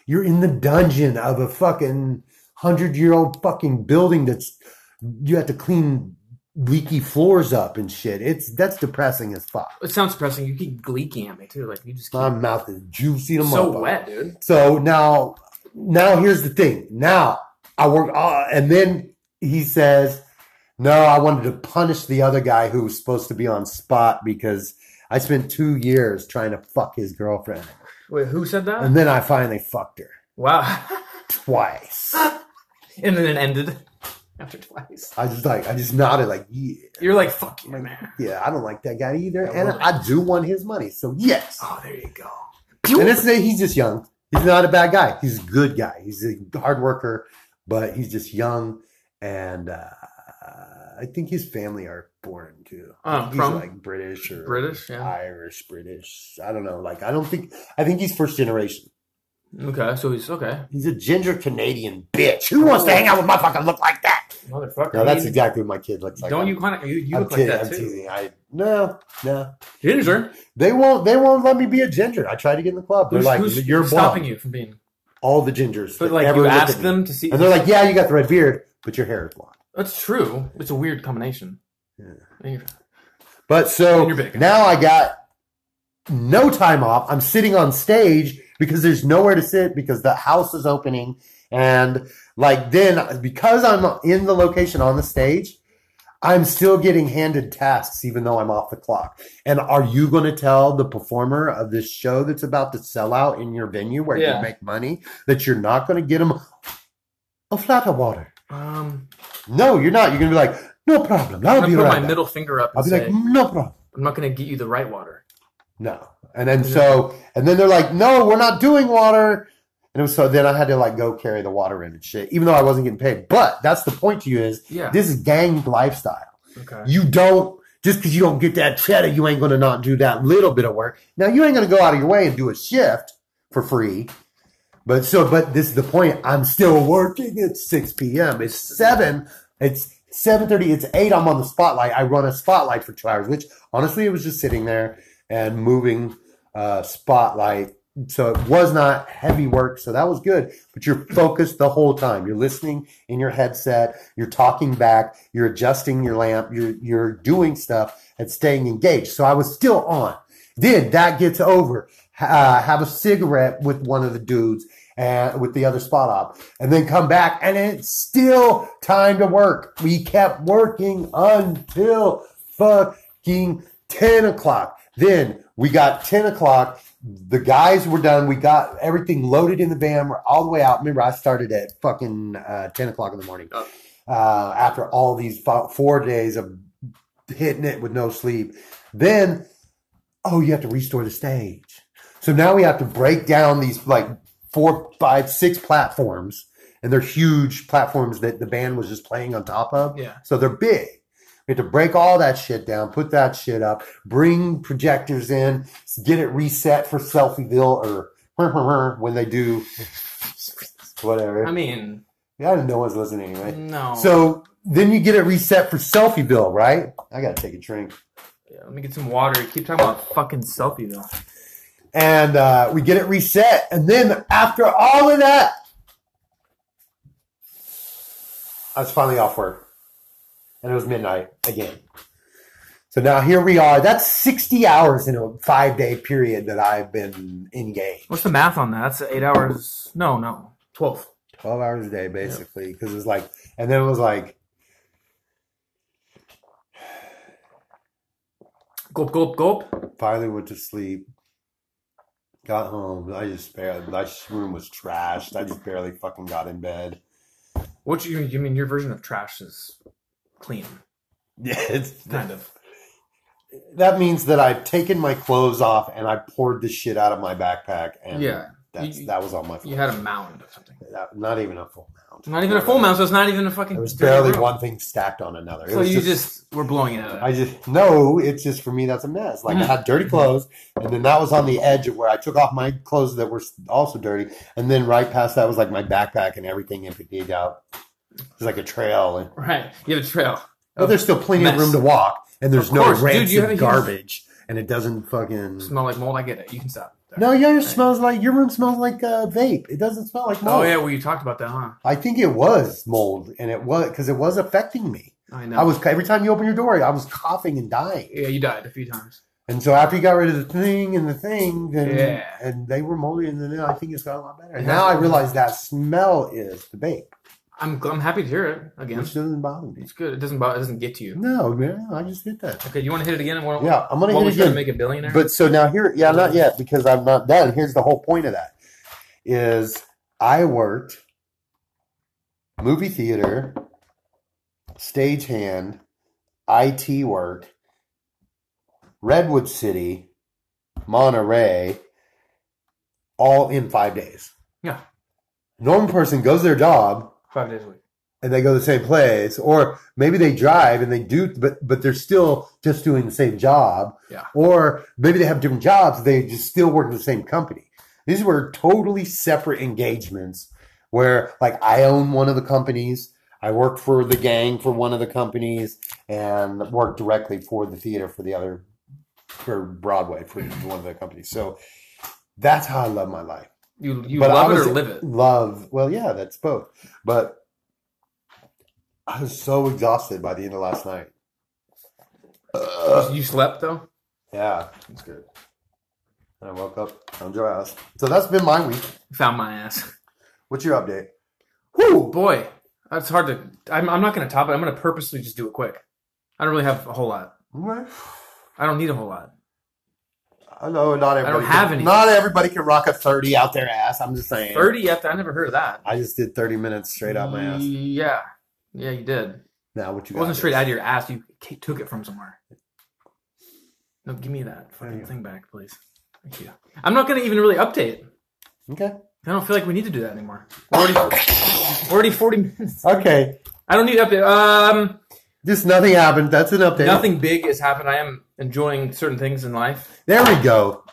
you're in the dungeon of a fucking hundred year old fucking building that's, you have to clean leaky floors up and shit. It's, that's depressing as fuck.
It sounds depressing. You keep gleeking at me too. Like you just keep
My mouth is juicy to
so
motherfucker.
wet, dude.
So now, now here's the thing. Now I work, uh, and then he says, "No, I wanted to punish the other guy who was supposed to be on spot because I spent two years trying to fuck his girlfriend,
Wait, who said that?
and then I finally fucked her
wow.
twice."
and then it ended after twice.
I just like, I just nodded like, "Yeah,
You're like, fuck you, man.
yeah, I don't like that guy either,
I
and
love it.
I do want his money, so yes."
Oh, there you go.
And it's he's just young. He's not a bad guy. He's a good guy. He's a hard worker, but he's just young. And uh, I think his family are foreign too.
Uh,
he's
from
like British or
British, yeah.
Irish, British. I don't know. Like I don't think I think he's first generation.
Okay, so he's okay.
He's a ginger Canadian bitch. Who wants to hang out with my fucking look like that?
Motherfucker.
No, that's
You-
exactly what my kid looks like.
Don't
I'm-
you kind of you, you
I'm
look
kidding,
like
I'm
that too?
teasing. I no, no.
Ginger.
They won't. They won't let me be a ginger. I tried to get in the club. They're
Who's,
like,
who's
"You're
stopping
blonde."
you from being?
All the gingers.
But
that
like
ever
you
looked at
asked
me.
them to see.
And they're like, yeah, you got the red beard, but your hair is blonde.
That's true. It's a weird combination.
Yeah.
And you're-
But so
And you're big.
now I got no time off. I'm sitting on stage because there's nowhere to sit because the house is opening. And like then, because I'm in the location on the stage, I'm still getting handed tasks even though I'm off the clock. And are you going to tell the performer of this show that's about to sell out in your venue where
Yeah.
you make money that you're not going to get them a flat of water?
Um,
No, you're not. You're going to be like, no problem.
I'm
I'll
gonna
be
put
right
my
back."
middle finger up and
I'll be
say,
like, "Mm." no problem.
"I'm not gonna get you the right water."
No. And then
Yeah.
so and then they're like, no, we're not doing water. And it was so then I had to like go carry the water in and shit, even though I wasn't getting paid. But that's the point to you is
Yeah.
this is gang lifestyle.
okay.
You don't just because you don't get that cheddar, you ain't gonna not do that little bit of work. Now you ain't gonna go out of your way and do a shift for free. But so but this is the point. I'm still working at six PM. It's seven, it's seven thirty, it's eight, I'm on the spotlight. I run a spotlight for two hours, which honestly it was just sitting there and moving uh, spotlight. So it was not heavy work. So that was good. But you're focused the whole time. You're listening in your headset. You're talking back. You're adjusting your lamp. You're you're doing stuff and staying engaged. So I was still on. Then that gets over. Uh, have a cigarette with one of the dudes and with the other spot op, and then come back. And it's still time to work. We kept working until fucking 10 o'clock. Then we got 10 o'clock. The guys were done. We got everything loaded in the van. We're all the way out. Remember, I started at fucking uh, 10 o'clock in the morning
Oh.
uh, after all these fo- four days of hitting it with no sleep. Then, oh, you have to restore the stage. So now we have to break down these like four, five, six platforms. And they're huge platforms that the band was just playing on top of.
Yeah.
So they're big. We had to break all that shit down, put that shit up, bring projectors in, get it reset for Selfieville or when they do whatever.
I mean,
yeah, I didn't know no one's listening anyway.
no.
So then you get it reset for Selfieville, right? I gotta take a drink.
Yeah, let me get some water. You keep talking about fucking selfie though.
and uh, we get it reset. And then after all of that, I was finally off work, and it was midnight again. So now here we are. That's sixty hours in a five day period that I've been engaged.
What's the math on that? That's eight hours. No, no, twelve.
Twelve hours a day, basically, because it was like, and then it was like,
Gulp, gulp, gulp.
finally went to sleep. Got home. I just barely. My room was trashed. I just barely fucking got in bed.
What you, you mean? Your version of trash is clean,
Yeah, it's
kind of.
that means that I've taken my clothes off and I poured the shit out of my backpack and
Yeah.
that's,
You-
that was on my phone.
You had a mound of something.
That- not even a full mound.
Not even a full mound, so it's not even a fucking.
It was
dirty
barely
room.
one thing stacked on another. It
So
was
you just were blowing it out.
I just no. It's just for me. That's a mess.
Mm-hmm.
Like I had dirty clothes, and then that was on the edge of where I took off my clothes that were also dirty, and then right past that was like my backpack and everything emptied out. It's like a trail, and
Right. You have a trail.
but there's still plenty
Oh, Mess.
of room to walk, and there's
Of
no
course, dude,
rancid
you have a huge-
garbage, and it doesn't fucking
Smell like mold. I get it. You can stop.
Mm. No, yours smells like your room smells like uh, vape. It doesn't smell like
Oh
mold.
yeah, well you talked about that, huh?
I think it was mold, and it was because it was affecting me.
I know.
I was every time you open your door, I was coughing and dying.
Yeah, you died a few times.
And so after you got rid of the thing and the thing, then
Yeah.
and they were moldy, and then I think it's got a lot better. And
Yeah.
now I realize that smell is the vape,
I'm gl- I'm happy to hear it again.
which doesn't bother me.
It's good. It doesn't bother. It doesn't get to you.
No, man, I just hit that.
Okay, you want to hit it again? And what,
Yeah, I'm gonna
what
hit
we
it
trying to
again.
make a billionaire?
But so now here, yeah, not yet because I'm not done. Here's the whole point of that: is I worked movie theater, stagehand, IT work, Redwood City, Monterey, all in five days.
Yeah.
normal person goes to their job
five days a week.
and they go to the same place, or maybe they drive and they do, but but they're still just doing the same job.
Yeah.
Or maybe they have different jobs. They just still work in the same company. These were totally separate engagements where, like, I own one of the companies. I worked for the gang for one of the companies and worked directly for the theater for the other, for Broadway for one of the companies. So that's how I love my life
You you
But I
love it
was-
or live it.
love. Well, yeah, that's both. But I was so exhausted by the end of last night.
you slept though.
Yeah, it's good. And I woke up, found your ass. So that's been my week.
Found my ass.
What's your update?
Whoo, boy, that's hard to. I'm, I'm not going to top it. I'm going to purposely just do it quick. I don't really have a whole lot.
Okay.
I don't need a whole lot.
I know not everybody.
have
can,
any.
Not everybody can rock a thirty out their ass. I'm just saying.
Thirty after I never heard of that.
I just did thirty minutes straight out my ass.
Yeah, yeah, you did.
Now what you
It wasn't
got
straight
is-
out of your ass. You k- took it from somewhere. No, give me that
There you
fucking
go.
thing back, please. Thank you. I'm not going to even really update.
Okay.
I don't feel like we need to do that anymore. We're already, we're already 40 minutes.
Okay.
I don't need to update. Um,
Just nothing happened. That's an update.
nothing big has happened. I am enjoying certain things in life,
There we go.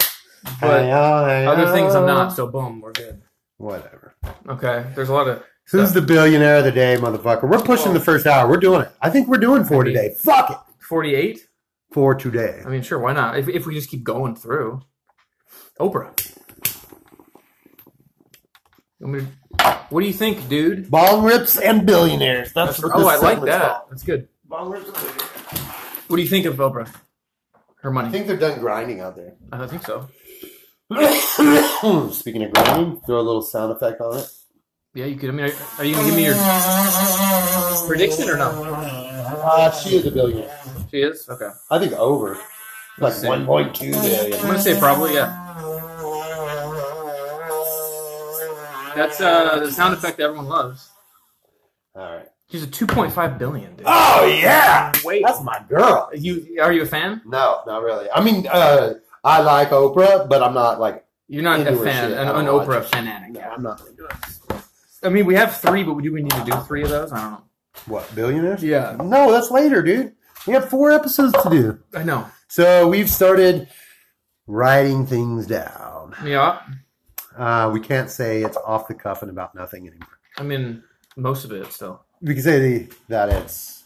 but
other
other things I'm not. So boom, we're good.
Whatever.
Okay, there's a lot of
Who's the billionaire of the day, motherfucker? We're pushing the first hour. We're doing it. I think we're doing four
Oh. I mean-
today. Fuck it.
48.
For today.
I mean, sure, why not? If, if we just keep going through, Oprah. I mean, What do you think, dude?
Ball rips and billionaires. That's, what
oh,
this
I like
segment's
that.
called.
That's good. What do you think of Oprah? Her money.
I think they're done grinding out there.
I don't think so.
Speaking of grinding, throw a little sound effect on it.
Yeah, you could. I mean, are, are you gonna give me your prediction or not?
Uh, she is a billionaire.
She is. Okay.
I think over. Like
see.
1.2
I'm
billion.
gonna say probably yeah. That's uh the sound effect that everyone loves.
All right.
She's a 2.5 billion. Dude.
Oh, yeah.
Wait,
That's my girl.
you are you a fan?
No, not really. I mean, uh, I like Oprah, but I'm not like,
You're not
Into
a
her
fan,
shit.
an,
I don't
an
watch
Oprah
it.
fanatic.
no,
Yeah.
I'm not.
I mean, we have three, but do we need to do three of those? I don't know.
What, billionaires?
Yeah,
No, that's later, dude. We have four episodes to do.
I know.
So we've started writing things down.
Yeah,
Uh, we can't say it's off the cuff and about nothing anymore.
I mean, most of it still.
We can say the, that it's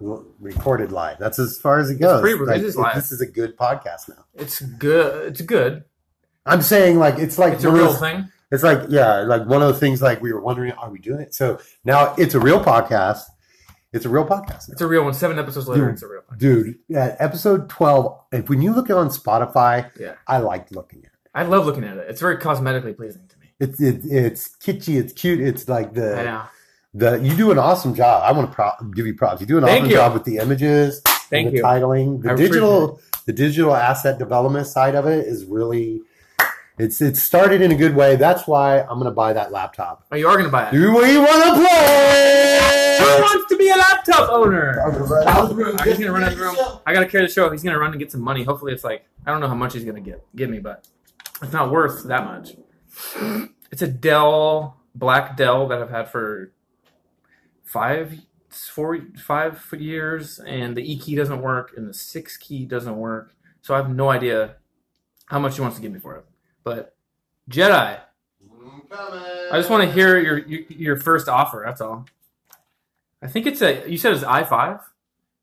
recorded live. That's as far as it goes.
pretty-
Like,
it is live.
This is a good podcast now.
It's good. It's good.
I'm saying like it's like
It's a
one of
real
those-
thing.
It's like yeah, like one of the things like we were wondering, are we doing it? So now it's a real podcast. It's a real podcast.
It's a real one. Seven episodes later, it's a real one.
dude at episode 12 if, when you look it on spotify
Yeah,
i liked looking at
I love looking at it. It's very cosmetically pleasing to me.
it, it, it it's kitschy it's cute it's like
I
the
know.
the you do an awesome job i want to pro- give you props you do an
Thank
awesome
you.
job with the images
Thank
and the
you.
titling the
I appreciate
digital the digital asset development side of it is really it's it started in a good way that's why i'm gonna buy that laptop
Oh, you are gonna buy it.
do we want to
Who
play
wants to be a laptop owner?
I'm
He's gonna run out of the room. I gotta carry the show. He's gonna run and get some money. Hopefully, it's like I don't know how much he's gonna get give me, but it's not worth that much. It's a Dell black Dell that I've had for five, four, five years, and the E key doesn't work, and the six key doesn't work. So I have no idea how much he wants to give me for it. But Jedi, I just want to hear your, your your first offer. That's all. I think it's a. You said it's i five.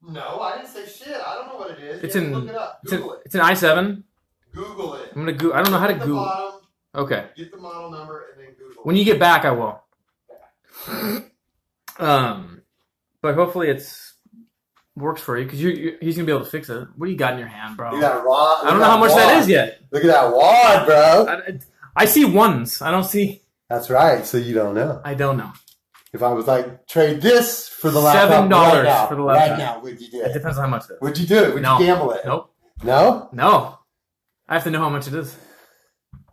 No, I didn't say shit. I don't know what it is.
It's
You
in-
have to look it up.
It's, a,
Google it.
it's an i seven.
Google it.
I'm gonna go. I don't know how to
Get the
Google.
Bottom,
Okay.
get the model number and then Google.
When you get back, I will. Um, but hopefully it's works for you because you, you he's gonna be able to fix it. What do you got in your hand, bro?
it. Look at that rod.
I don't know how much that is yet.
Look at that wad, bro.
I, I see ones. I don't see.
That's right. So you don't know.
I don't know.
If I was like trade this for the laptop, right
Seven dollars
now,
for the laptop.
Right now, would you do
It
it?
depends on how much it is.
Would you do it? Would
No.
you gamble it?
Nope.
No.
No. I have to know how much it is.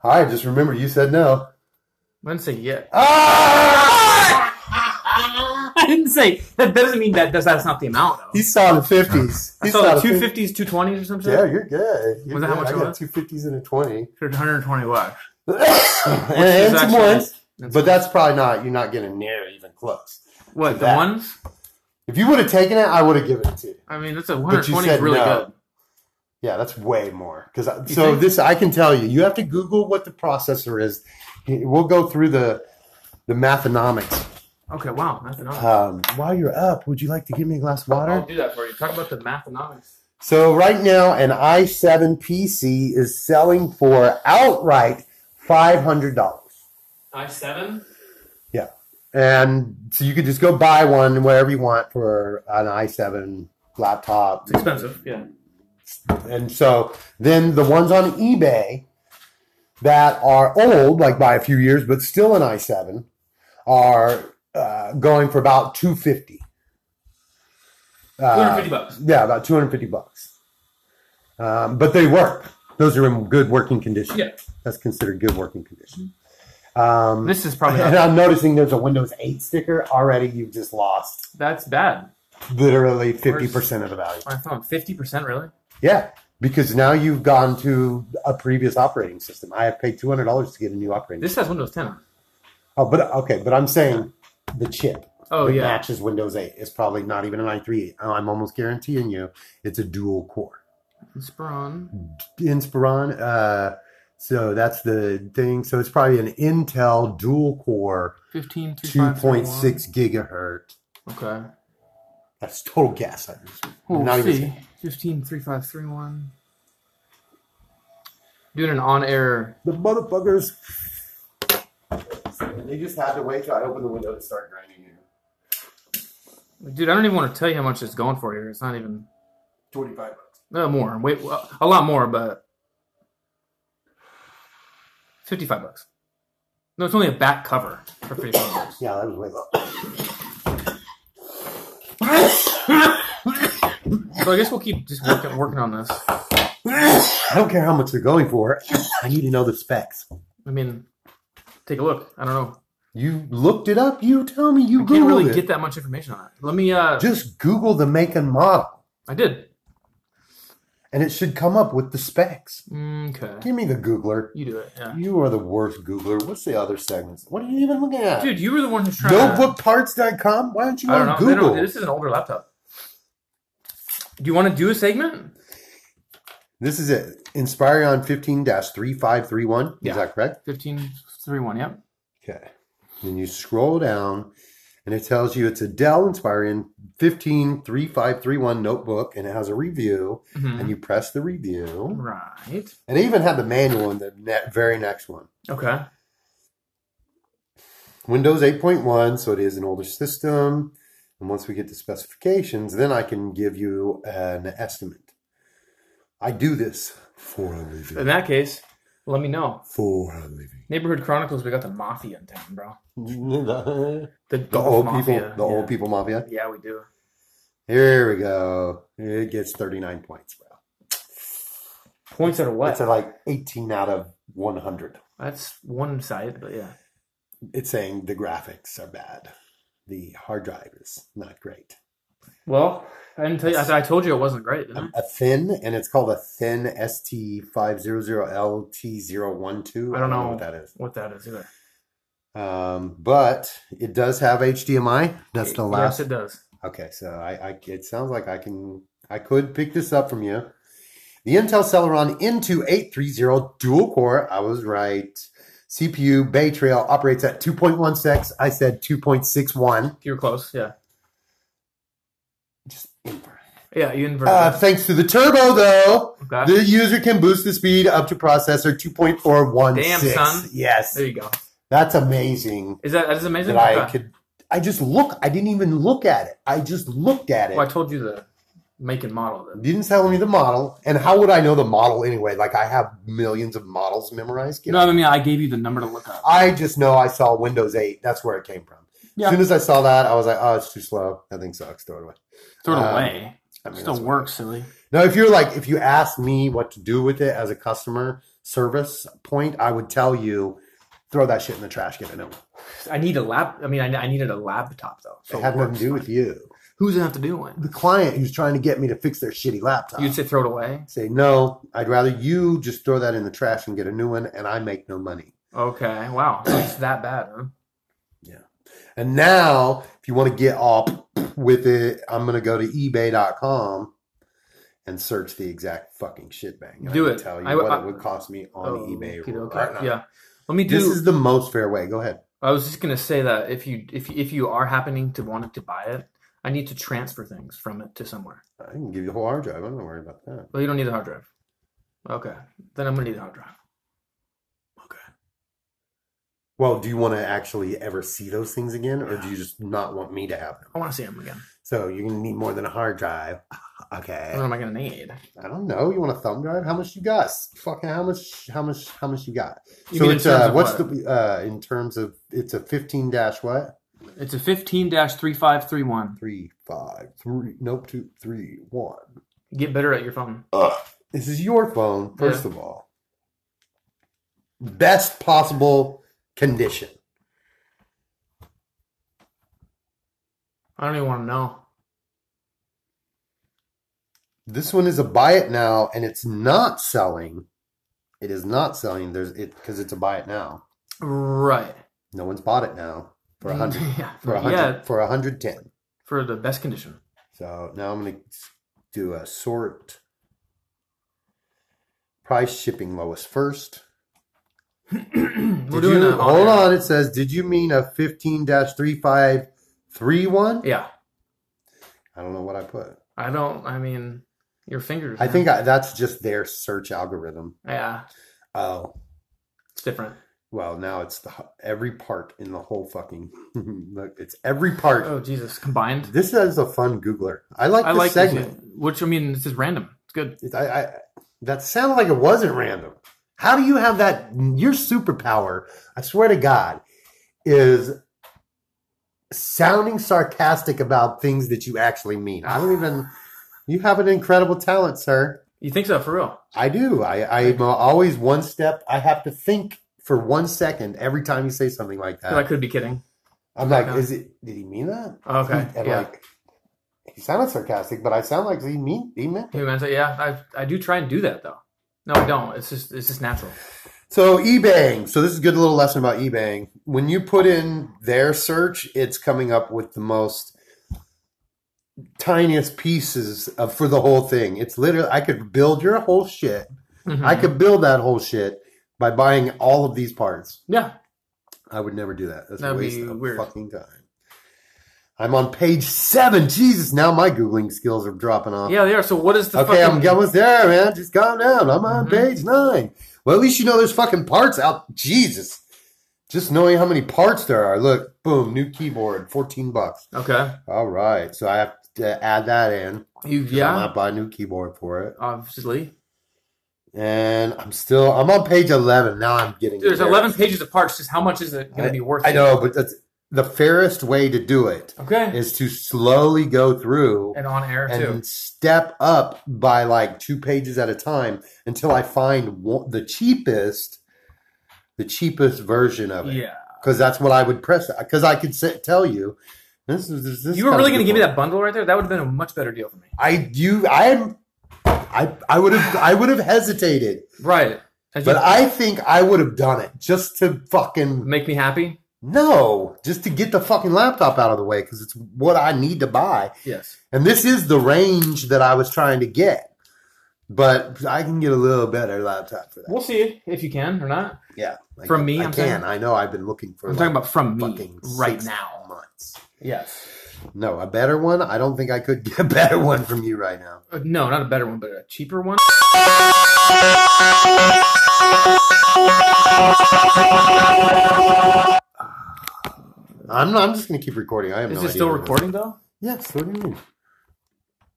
All right. Just remember, you said no.
I didn't say yet.
Ah!
I didn't say that doesn't mean that that's, that's not the amount though.
He saw the fifties.
I saw like two fifties, two twenties or something.
Yeah, you're good. You're
Was that how
good.
much
I
it
got
was?
two fifties and a twenty.
One hundred twenty bucks.
and
Which is
some
actually-
ones. But that's probably not. You're not getting near even close.
what the
that.
ones?
If you would have taken it, I would have given it to you.
I mean, that's a one
But
hundred
you
twenty is
said
really
no.
good.
Yeah, that's way more. Because so
You think?
this, I can tell you, you have to Google what the processor is. We'll go through the the mathonomics.
Okay, wow, mathematics.
Um, while you're up, would you like to give me a glass of
I'll
water?
do that for you. Talk about the mathematics.
So right now, an i7 PC is selling for outright five hundred dollars.
I seven.
And so you could just go buy one wherever you want for an i7 laptop.
It's expensive. Yeah.
And so then the ones on eBay that are old, like by a few years, but still an i7, are uh, going for about 250. Uh,
250 bucks.
Yeah, about 250 bucks. Um, but they work. Those are in good working condition.
Yeah.
That's considered good working condition. Um,
This is probably
and
not,
I'm noticing there's a Windows 8 sticker already. You've just lost
that's bad.
literally 50% of the value.
My phone, fifty percent, really?
Yeah, because now you've gone to a previous operating system. I have paid two hundred dollars to get a new operating.
This has Windows 10 on.
oh, but okay, but I'm saying the chip
Oh
that
yeah,
matches Windows 8 is probably not even an i3. I'm almost guaranteeing you it's a dual core
Inspiron.
Inspiron. Uh, so that's the thing. So it's probably an Intel dual core,
Fifteen three
two
five three
point
one.
six gigaherт.
Okay.
That's total gas. I just-
We'll
Not even
see. Fifteen three five three one. Doing an on-air.
The motherfuckers. They just had to wait till I opened the window to start grinding here.
Dude, I don't even want to tell you how much it's going for here. It's not even.
Twenty-five bucks.
No Uh, more. Wait, well, a lot more, but fifty-five bucks. No, it's only a back cover for fifty-five bucks.
Yeah, that was way low.
So I guess we'll keep just working, working on this.
I don't care how much they're going for. I need to know the specs.
I mean, take a look. I don't know.
You looked it up. You tell me. You
You can't
Googled
really
it.
get that much information on it. Let me. uh
Just Google the make and model,
I did.
and it should come up with the specs.
Okay.
Give me the Googler.
You do it. Yeah.
You are the worst Googler. What's the other segments? What are you even looking at?
Dude, you were the one who's trying.
Notebookparts.com? Why don't you
To, I don't
go
know. They don't-
Google?
This is an older laptop. Do you want to do a segment?
This is it. Inspiron 15 3531.
Yeah.
Is that correct?
Fifteen three one. Yep.
Okay. Then you scroll down and it tells you it's a Dell Inspiron 153531 notebook and it has a review
Mhm.
and you press the review.
Right.
And it even had the manual in the ne- very next one.
Okay.
Windows 8.1, so it is an older system. And once we get the specifications, then I can give you an estimate. I do this for a
In
living.
that case, let me know.
For a living.
Neighborhood Chronicles. We got the mafia in town, bro.
The,
The,
old people,
mafia,
the old people mafia.
Yeah, we do.
Here we go. It gets 39 points, bro.
Points out of
It's
what?
at like 18 out of 100.
That's one side, but yeah.
It's saying the graphics are bad. The hard drive is not great.
Well, I didn't tell you. I, I told you it wasn't great. Didn't I?
A thin, and it's called a thin ST500LT012.
I don't know.
what that is.
What that is either.
Um, but it does have HDMI. That's the last.
Yes, it does.
Okay, so I, I it sounds like I can I could pick this up from you. The Intel Celeron N2 830 dual core. I was right. CPU Bay Trail operates at 2.16. I said 2.61.
You were close. Yeah.
Just infer.
Yeah, you inverted.
Uh, thanks to the turbo, though,
Okay.
the user can boost the speed up to processor 2.416.
Damn, son.
Yes,
there you go.
that's amazing.
Is that that is amazing?
That I
Okay.
could. I just look. I didn't even look at it. I just looked at it.
Well, I told you the make and model. Of it.
didn't tell me the model and how would i know the model anyway like i have millions of models memorized
No, I mean I gave you the number to look up.
i just know i saw windows 8 that's where it came from
Yeah.
as soon as i saw that i was like oh it's too slow that thing sucks throw it away
Throw it
Um,
away.
I
It
mean,
still
that's what-
works, silly.
now if you're like if you asked me what to do with it as a customer service point i would tell you throw that shit in the trash get it new one.
I need a lap. I mean, I, I needed a laptop though.
it had nothing to do with you
Who's gonna have to do one?
the client who's trying to get me to fix their shitty laptop
You'd say throw it away.
say no i'd rather you just throw that in the trash and get a new one and i make no money
Okay. Wow. So it's that bad, huh?
And now, if you want to get up with it, I'm going to go to eBay.com and search the exact fucking shit bang. And
Do
I can
it.
Tell you
I-
what
I-
it would cost me on eBay.
Oh, okay, okay.
right now.
Yeah. Let me do.
This is the most fair way. Go ahead.
I was just gonna say that if you if you- if you are happening to wanting to buy it, I need to transfer things from it to somewhere.
I can give you a whole hard drive. I'm not worried about that.
Well, you don't need a hard drive. Okay. Then I'm gonna need a hard drive.
Well, do you want to actually ever see those things again, or do you just not want me to have them?
I want to see them again.
So you're gonna need more than a hard drive. Okay.
What am I gonna need?
I don't know. You want a thumb drive? How much you got? Fucking how much? How much? How much you got?
You
so
mean in
it's
terms
uh,
of
what's
what?
the uh in terms of it's a fifteen dash what
It's a fifteen three five three one.
three five three nope two three one.
Get better at your phone.
This is your phone, first of all. Best possible condition.
I don't even want to know.
This one is a buy it now, and it's not selling. It is not selling. There's it because it's a buy it now.
Right.
No one's bought it now for a hundred
yeah.
for a hundred
yeah.
for a hundred ten.
For the best condition.
So now I'm going to do a sort price shipping lowest first.
We're
Did
doing
you-
that.
hold on. It says, did you mean a 15 3531?
Yeah.
I don't know what I put.
I don't. I mean, your fingers.
I
man.
think I, that's just their search algorithm.
yeah,
Oh,
it's different.
well, now it's the, hu- every part in the whole fucking. Look, it's every part.
Oh Jesus, combined.
This is a fun Googler. I like
I
this
like this,
segment.
which I mean, this is random. It's good.
It- I, I, that sounded like it wasn't random. How do you have that? Your superpower, I swear to God, is sounding sarcastic about things that you actually mean. I don't even. You have an incredible talent, sir.
You think so for real?
I do. I, I'm always one step. I have to think for one second every time you say something like
'Cause
that.
I could be kidding.
I'm like,
yeah.
is it? Did he mean that?
Okay.
And
yeah.
like, he sounded sarcastic, but I sound like he mean he meant
Hey, man, so yeah, I I do try and do that though. No, I don't. It's just it's just natural.
So eBang. So this is a good little lesson about eBang. When you put in their search, it's coming up with the most tiniest pieces of, for the whole thing. It's literally I could build your whole shit.
Mm-hmm.
I could build that whole shit by buying all of these parts.
Yeah.
I would never do that. That's
That'd
a waste
be
of
weird.
fucking time. I'm on page seven. Jesus, now my googling skills are dropping off.
Yeah, they are. So what is the
Okay,
fucking,
I'm almost there, man. Just calm down. I'm on
Mhm.
page nine. Well, at least you know there's fucking parts out. Jesus. Just knowing how many parts there are. Look, boom, new keyboard, 14 bucks.
Okay.
All right. So I have to add that in.
You
I
yeah.
might buy a new keyboard for it.
Obviously,
And I'm still, I'm on page 11. Now I'm getting.
Dude, there's
there.
11 pages of parts. Just how much is it going to be worth?
I know, but that's the fairest way to do it
Okay.
is to slowly go through
And on air
and
too.
step up by like two pages at a time until I find one, the cheapest, the cheapest version of it.
Yeah.
Because that's what I would press. Because I could say, tell you, this is this. this
You were
sounds
really going to give me
good.
that bundle right there? That would have been a much better deal for me.
I you I am. I I would have I would have hesitated,
Right. As you
but I think I would have done it just to fucking
make me happy.
no, just to get the fucking laptop out of the way because it's what I need to buy.
Yes.
And this is the range that I was trying to get. But I can get a little better laptop for that.
We'll see if you can or not.
Yeah. I
From
can-
me,
I
I'm
can.
saying?
I know I've been looking for
I'm
like
talking about from me
fucking
right
six
now.
months.
Yes.
No, a better one? I don't think I could get a better one from you right now.
Uh, No, not a better one, but a cheaper one.
I'm not, I'm just going to keep recording. I have
Is
no
it
idea
still
what is.
recording though?
Yes, what do you mean?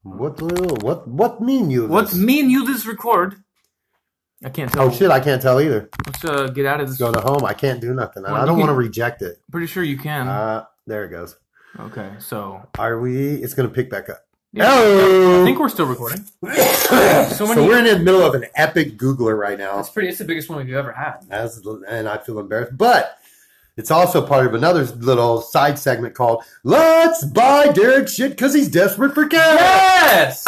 What little- what what mean you?
What's
this?
me and you this record? I can't tell.
Oh shit, I can't tell either.
Let's uh, get out of this.
Go to home. I can't do nothing.
Well,
I
you
don't
can-
want to reject it.
Pretty sure you can.
Uh, there it goes.
okay, so
Are we? It's going to pick back up.
Yeah.
Hello.
I think we're still recording.
so,
many-
we're in the middle of an epic Googler right now,
That's pretty. It's the biggest one we've ever had.
as and I feel embarrassed, but it's also part of another little side segment called "Let's Buy Derek Shit" because he's desperate for cash.
Yes.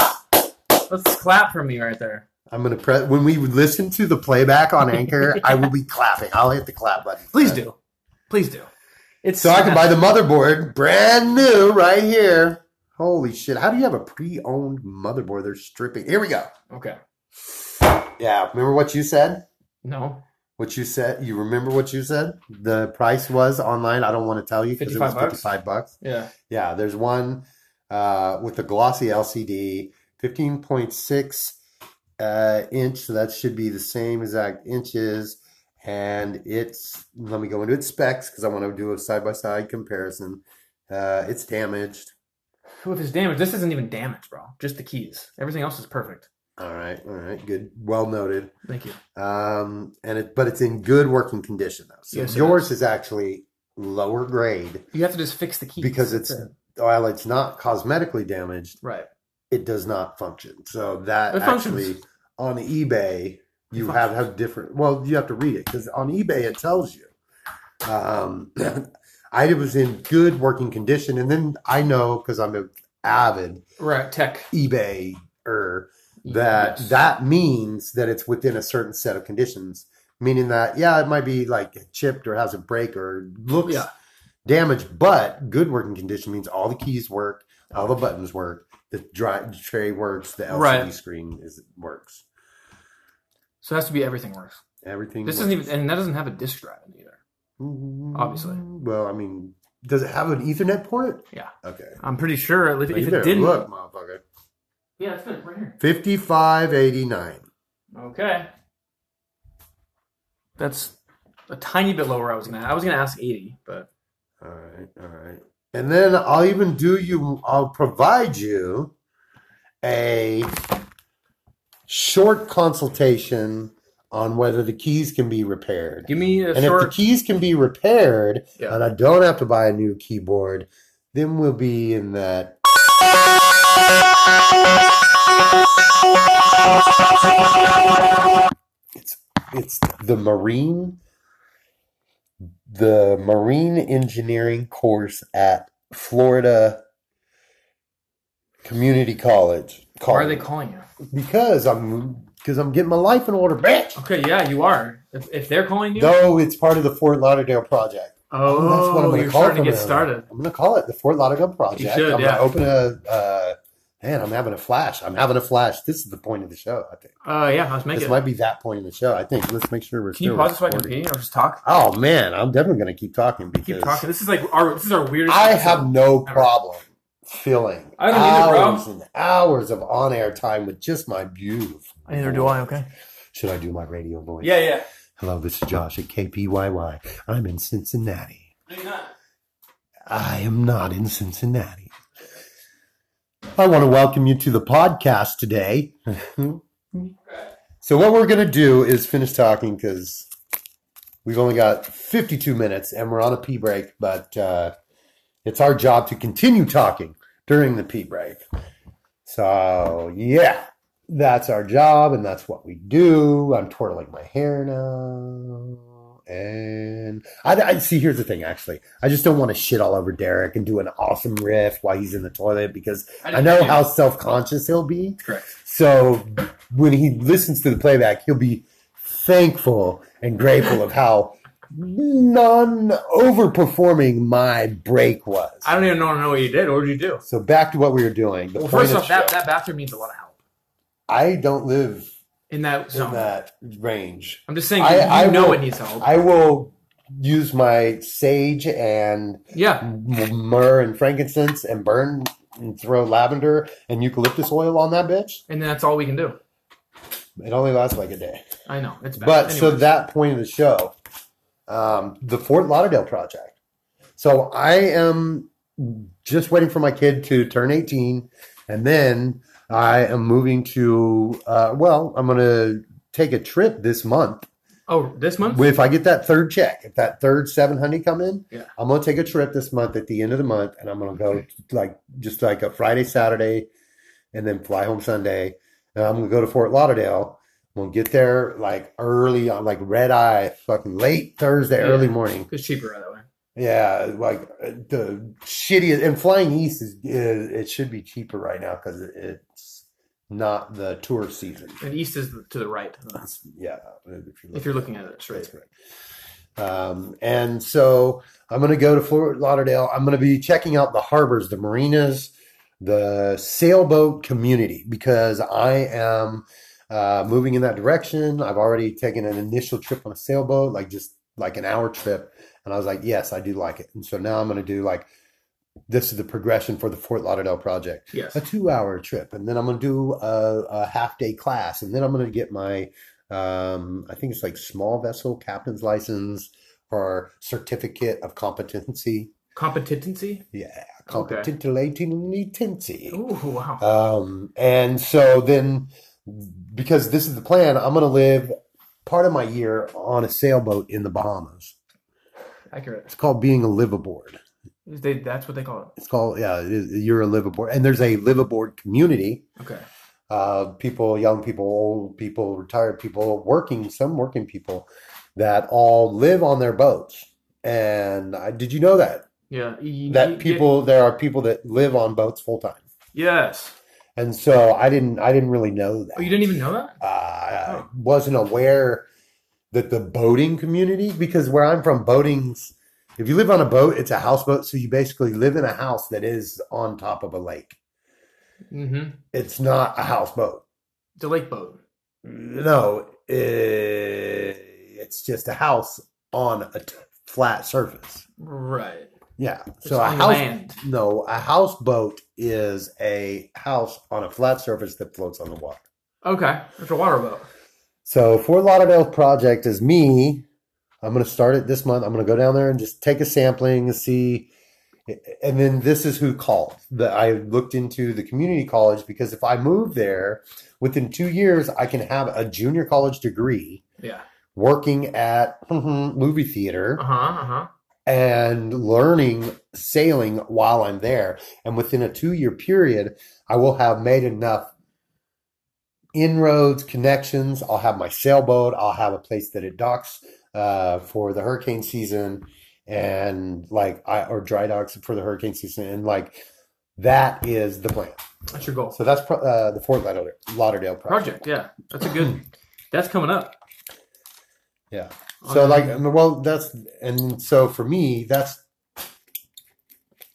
Let's clap for me right there.
I'm gonna press when we listen to the playback on Anchor. I will be clapping. I'll hit the clap button.
Please do. Please do. Uh, It's
So I can buy the motherboard brand new right here. Holy shit! How do you have a pre-owned motherboard? They're stripping. Here we go.
Okay.
Yeah, remember what you said?
No.
what you said you remember what you said the price was online i don't want to tell you because it was
55 bucks?
55 bucks
Yeah.
yeah there's one uh, with the glossy lcd 15.6 uh, inch so that should be the same exact inches and it's let me go into its specs because I want to do a side by side comparison. Uh, it's damaged.
With this damage, this isn't even damage, bro. Just the keys. Everything else is perfect.
All right, all right, good, well noted.
Thank you.
Um, and it but it's in good working condition though. So
Yes, it
yours is actually lower grade.
You have to just fix the keys
Because it's-
That's it.
While it's not cosmetically damaged,
right.
it does not function. So that
It functions.
actually on eBay you
It
have have different. Well, you have to read it because on eBay it tells you. Um, I was in good working condition, and then I know because I'm an avid
Right. Tech.
eBayer that
Yes.
that means that it's within a certain set of conditions meaning that yeah it might be like chipped or has a break or looks
Yeah.
damaged but good working condition means all the keys work all the buttons work the dry, tray works the lcd
Right.
screen is works
So it has to be everything worse.
everything
This
works.
isn't even, and that doesn't have a disk drive in either. obviously.
well i mean does it have an ethernet port
Yeah.
okay
I'm pretty sure if,
Well,
if
you
it
better
didn't.
look motherfucker
Yeah, it's been right here.
5589
Okay. That's a tiny bit lower. I was gonna. I was gonna ask eighty, but
All right, all right. And then I'll even do you, I'll provide you a short consultation on whether the keys can be repaired.
give me a
And if the
short.
keys can be repaired
Yeah.
and I don't have to buy a new keyboard, then we'll be in that. It's it's the marine the marine engineering course at Florida Community College.
Why are they calling you?
because I'm because I'm getting my life in order, bitch.
Okay, yeah, you are. If, if they're calling you,
Though it's part of the Fort Lauderdale project.
oh,
that's what I'm gonna
you're
call
starting to
it
get
from
started.
I'm gonna call it the Fort Lauderdale Project.
You should,
I'm
yeah.
gonna open a uh, man. I'm having a flash. I'm having a flash. This is the point of the show. I think
Uh, yeah, I was
this
making.
might be that point of the show. I think. Let's make sure we're.
Can you
still
pause this so I can
recording.
pee or just talk?
Oh man, I'm definitely gonna keep talking because
Keep talking. This is like our. This is our weirdest.
I
episode.
have no
Ever.
problem filling
I don't either, bro.
hours and hours of on-air time with just my beautiful.
Neither do I. Okay.
Should I do my radio voice?
Yeah, yeah.
Hello, this is Josh at KPYY. I'm in Cincinnati.
No, you're not.
I am not in Cincinnati. I want to welcome you to the podcast today. so, what we're going to do is finish talking because we've only got 52 minutes and we're on a pee break, but uh, it's our job to continue talking during the pee break. So, yeah, that's our job and that's what we do. I'm twirling my hair now. And I, I see, here's the thing actually. I just don't want to shit all over Derek and do an awesome riff while he's in the toilet because I,
didn't
know
hear you.
how self conscious he'll be.
Correct.
So when he listens to the playback, he'll be thankful and grateful of how non overperforming my break was.
I don't even know, know what you did. What did you do?
So back to what we were doing. The
Well,
point
first
of
off, that,
show.
that bathroom needs a lot of help
I don't live
in that
in
zone.
that range.
I'm just saying,
I-
you,
I
you know
will-
it needs help.
I will use my sage and
yeah,
myrrh and frankincense and burn and throw lavender and eucalyptus oil on that bitch.
and that's all we can do.
It only lasts like a day.
I know it's bad.
But so
Anyways.
that point of the show, um, the Fort Lauderdale project. So I am just waiting for my kid to turn 18, and then I am moving to. Uh, well, I'm gonna take a trip this month.
oh, this month.
If I get that third check, if that third 700 come in,
Yeah.
I'm gonna take a trip this month at the end of the month, and I'm gonna go like just like a Friday, Saturday, and then fly home Sunday. And I'm gonna go to Fort Lauderdale. I'm gonna get there like early on, like red eye, fucking late Thursday,
Yeah.
early morning.
It's cheaper that way.
Yeah, like uh, the shittiest. And flying east is, is it should be cheaper right now because it's not the tour season.
And east is to the right.
It's- yeah, if you're
If you're looking at it
that's
straight.
correct. Um, and so I'm going to go to Fort Lauderdale. I'm going to be checking out the harbors, the marinas, the sailboat community because I am uh, moving in that direction. I've already taken an initial trip on a sailboat, like just like an hour trip, and I was like, yes, I do like it. And so now I'm going to do like this is the progression for the Fort Lauderdale project
Yes.
a two hour trip and then i'm going to do a, a half day class and then i'm going to get my Um, I think it's like small vessel captain's license or certificate of competency.
Competency.
Yeah,
Okay.
competency.
Ooh, wow.
Um, and so then, because this is the plan, I'm going to live part of my year on a sailboat in the Bahamas.
Accurate.
It's called being a liveaboard.
They, that's what they call
It's called, yeah, it is, you're a liveaboard. And there's a liveaboard community.
it. Okay.
Uh, people, young people, old people, retired people, working, some working people that all live on their boats. And I, did you know that?
Yeah. y- y-
That people, there are people that live on boats full time.
Yes.
And so I didn't, I didn't really know that. Uh,
Oh, you didn't even know that?
I
Oh.
wasn't aware that the boating community, because where I'm from, boating's if you live on a boat, it's a houseboat, so you basically live in a house that is on top of a lake.
Mm-hmm.
It's not a houseboat.
The lake boat.
No, i it's just a house on a t- flat surface.
Right.
Yeah.
It's
So a
on
house
land.
no, a houseboat is a house on a flat surface that floats on the water.
Okay. It's a water boat.
So Fort Lauderdale project is me. I'm going to start it this month. I'm going to go down there and just take a sampling and see. And then this is who called. That I looked into the community college because if I move there within two years, I can have a junior college degree
Yeah.
working at movie theater
Uh huh. Uh huh.
and learning sailing while I'm there. And within a two year period, I will have made enough inroads, connections. I'll have my sailboat. I'll have a place that it docks uh, for the hurricane season and like, I, or dry docks for the hurricane season. And like, that is the plan.
That's your goal.
So that's pro- uh, the Fort Lauderdale, Lauderdale project.
Project. Yeah. That's a good. That's coming up.
Yeah. So
Um,
like, I mean, well, that's and so for me, that's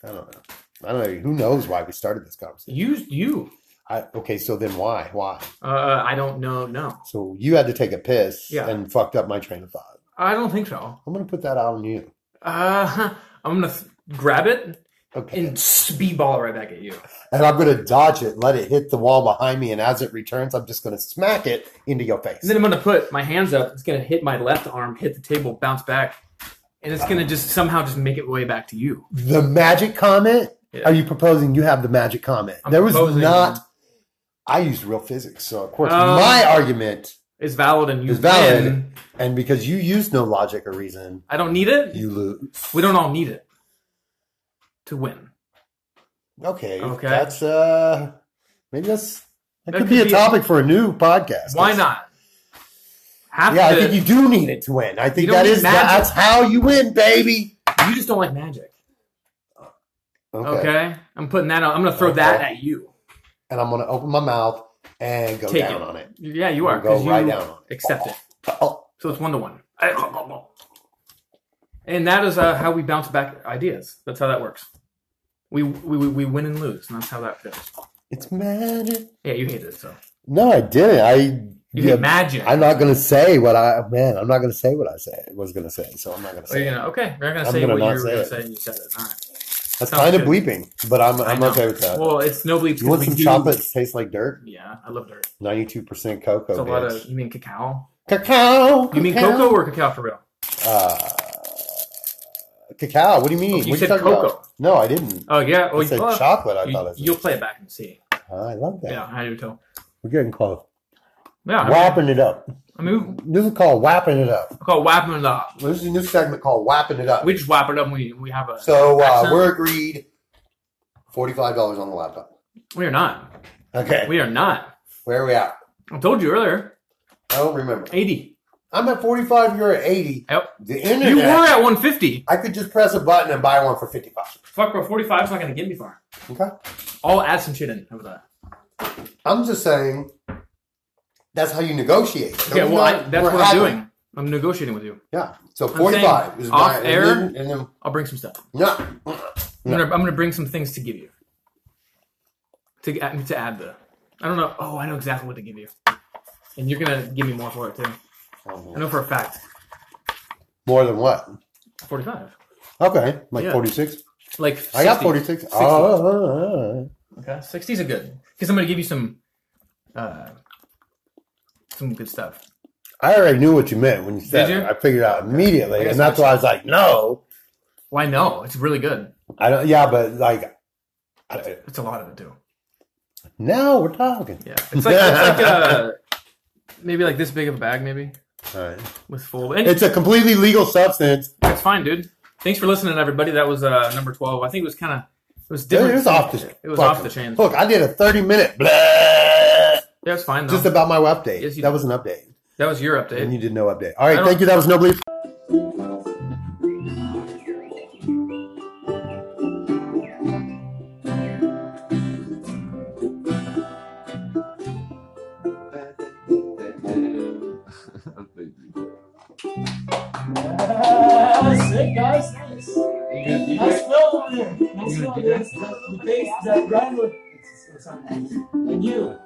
I don't know. I don't know. Who knows why we started this conversation?
You. You.
I, okay, so then why? Why?
Uh, I don't know. No.
So you had to take a piss
Yeah.
and fucked up my train of thought.
I don't think so.
I'm gonna put that out on you.
Uh, I'm gonna th- grab it
Okay.
and speedball it right back at you.
and I'm gonna dodge it, let it hit the wall behind me, and as it returns, I'm just gonna smack it into your face.
And then I'm gonna put my hands up. It's gonna hit my left arm, hit the table, bounce back, and it's gonna just somehow just make it way back to you.
the magic comment?
Yeah.
Are you proposing you have the magic comment?
I'm
there was
proposing-
not I used real physics, so of course
Um,
my argument
It's valid and you
It's valid.
win.
And because you use no logic or reason,
I don't need it.
you lose.
We don't all need it to win.
Okay.
Okay.
That's uh maybe that's that,
That
could, be,
could
a
be-
topic for a new podcast.
Why not? Half
Yeah, I
of
think
it,
you do need it to win. I think
You
that
don't need
is
magic.
that's how you win, baby.
you, just don't like magic. Okay. I'm putting that on. I'm gonna throw
Okay.
that at you.
And I'm gonna open my mouth and go
Take
down
it.
on it.
Yeah, you are.
Go
because you
right down on
Accept it.
it. Oh,
So it's one to one. And that is uh, how we bounce back ideas. That's how that works. We we, we we win and lose, and that's how that goes.
it's magic.
Yeah, you hate it, so
No, I didn't. I
you
yeah,
hate magic.
I'm not gonna say what I man, I'm not gonna say what I say was gonna say, so I'm not gonna
Oh,
say
you're
it.
gonna, okay, you're not
I'm
gonna say
gonna
what
not
you were
say
gonna
it.
say, and you said it. All right.
That's
sounds
kind of
good.
bleeping, but I'm
I
I'm
know.
okay with that.
Well, it's no bleeps.
you want
'cause
some
we do-
chocolate that tastes like dirt?
Yeah, I love dirt.
Ninety-two percent cocoa.
It's a lot
bitch.
of. You mean cacao?
cacao.
You mean
cacao.
cocoa or cacao for real?
Uh, cacao. What do you mean?
Oh,
What
you
are
said
talking about?
cocoa.
No, I didn't.
Oh yeah.
I
Well,
said
you, well,
chocolate. I
you-
thought I said.
you'll play it back and see.
I love that.
Yeah, I do too.
We're getting close.
Yeah, I mean,
Whapping it up.
I mean
This is called whapping it up.
we call whapping it up.
This is a new segment called whapping it up.
We just whap it up. And we we have a.
so uh,
Accent?
we're agreed. Forty-five dollars on the laptop.
we are not.
Okay.
We are not.
Where are we at?
I told you earlier,
I don't remember.
eighty.
I'm at forty-five. You're at eighty.
Yep.
The
You
internet.
were at one fifty.
I could just press a button and buy one for fifty-five.
Fuck, bro. Forty five is not gonna get me far.
Okay.
I'll add some shit in. How about that?
I'm just saying that's how you negotiate. Don't
Okay.
you
Well, I,
know?
that's
We're
what I'm
happy.
doing. I'm negotiating with you.
Yeah. So
saying
45 is
off
my and
air.
then- and then
I'll bring some stuff.
no.
I'm,
No.
gonna, I'm gonna bring some things to give you. To add, to add the, I don't know. Oh, I know exactly what to give you, and you're gonna give me more for it too. I know for a fact.
More than what?
Forty five.
Okay, like
Yeah.
46.
Like
I got
60.
46. Oh,
Okay, sixties are good because I'm gonna give you some, uh, some good stuff.
I already knew what you meant when you said
Did
it.
you?
I figured it out
I
immediately,
guess
and that's
I
why I was like, no,
Why no? It's really good.
I don't. Yeah, but like, I,
It's a lot of it too.
now we're talking.
Yeah, it's like it's like a maybe like this big of a bag, maybe
All right.
with full. And
It's a completely legal substance.
it's fine, dude. Thanks for listening, everybody. That was uh, number twelve. I think it was kind of it was
Dude,
different.
it was off the.
It was
fucking-
off the chain.
Look, I did a thirty-minute blah
Yeah, it's fine though.
just about my update.
Yes, you
that
did.
was an update,
that was your
and
update.
you did no update. All
I
right,
don't-
thank you. That was no bleep.
Ah, sick, guys. Nice. Nice film over there. Nice film. That's the, the face that Brian would. And you.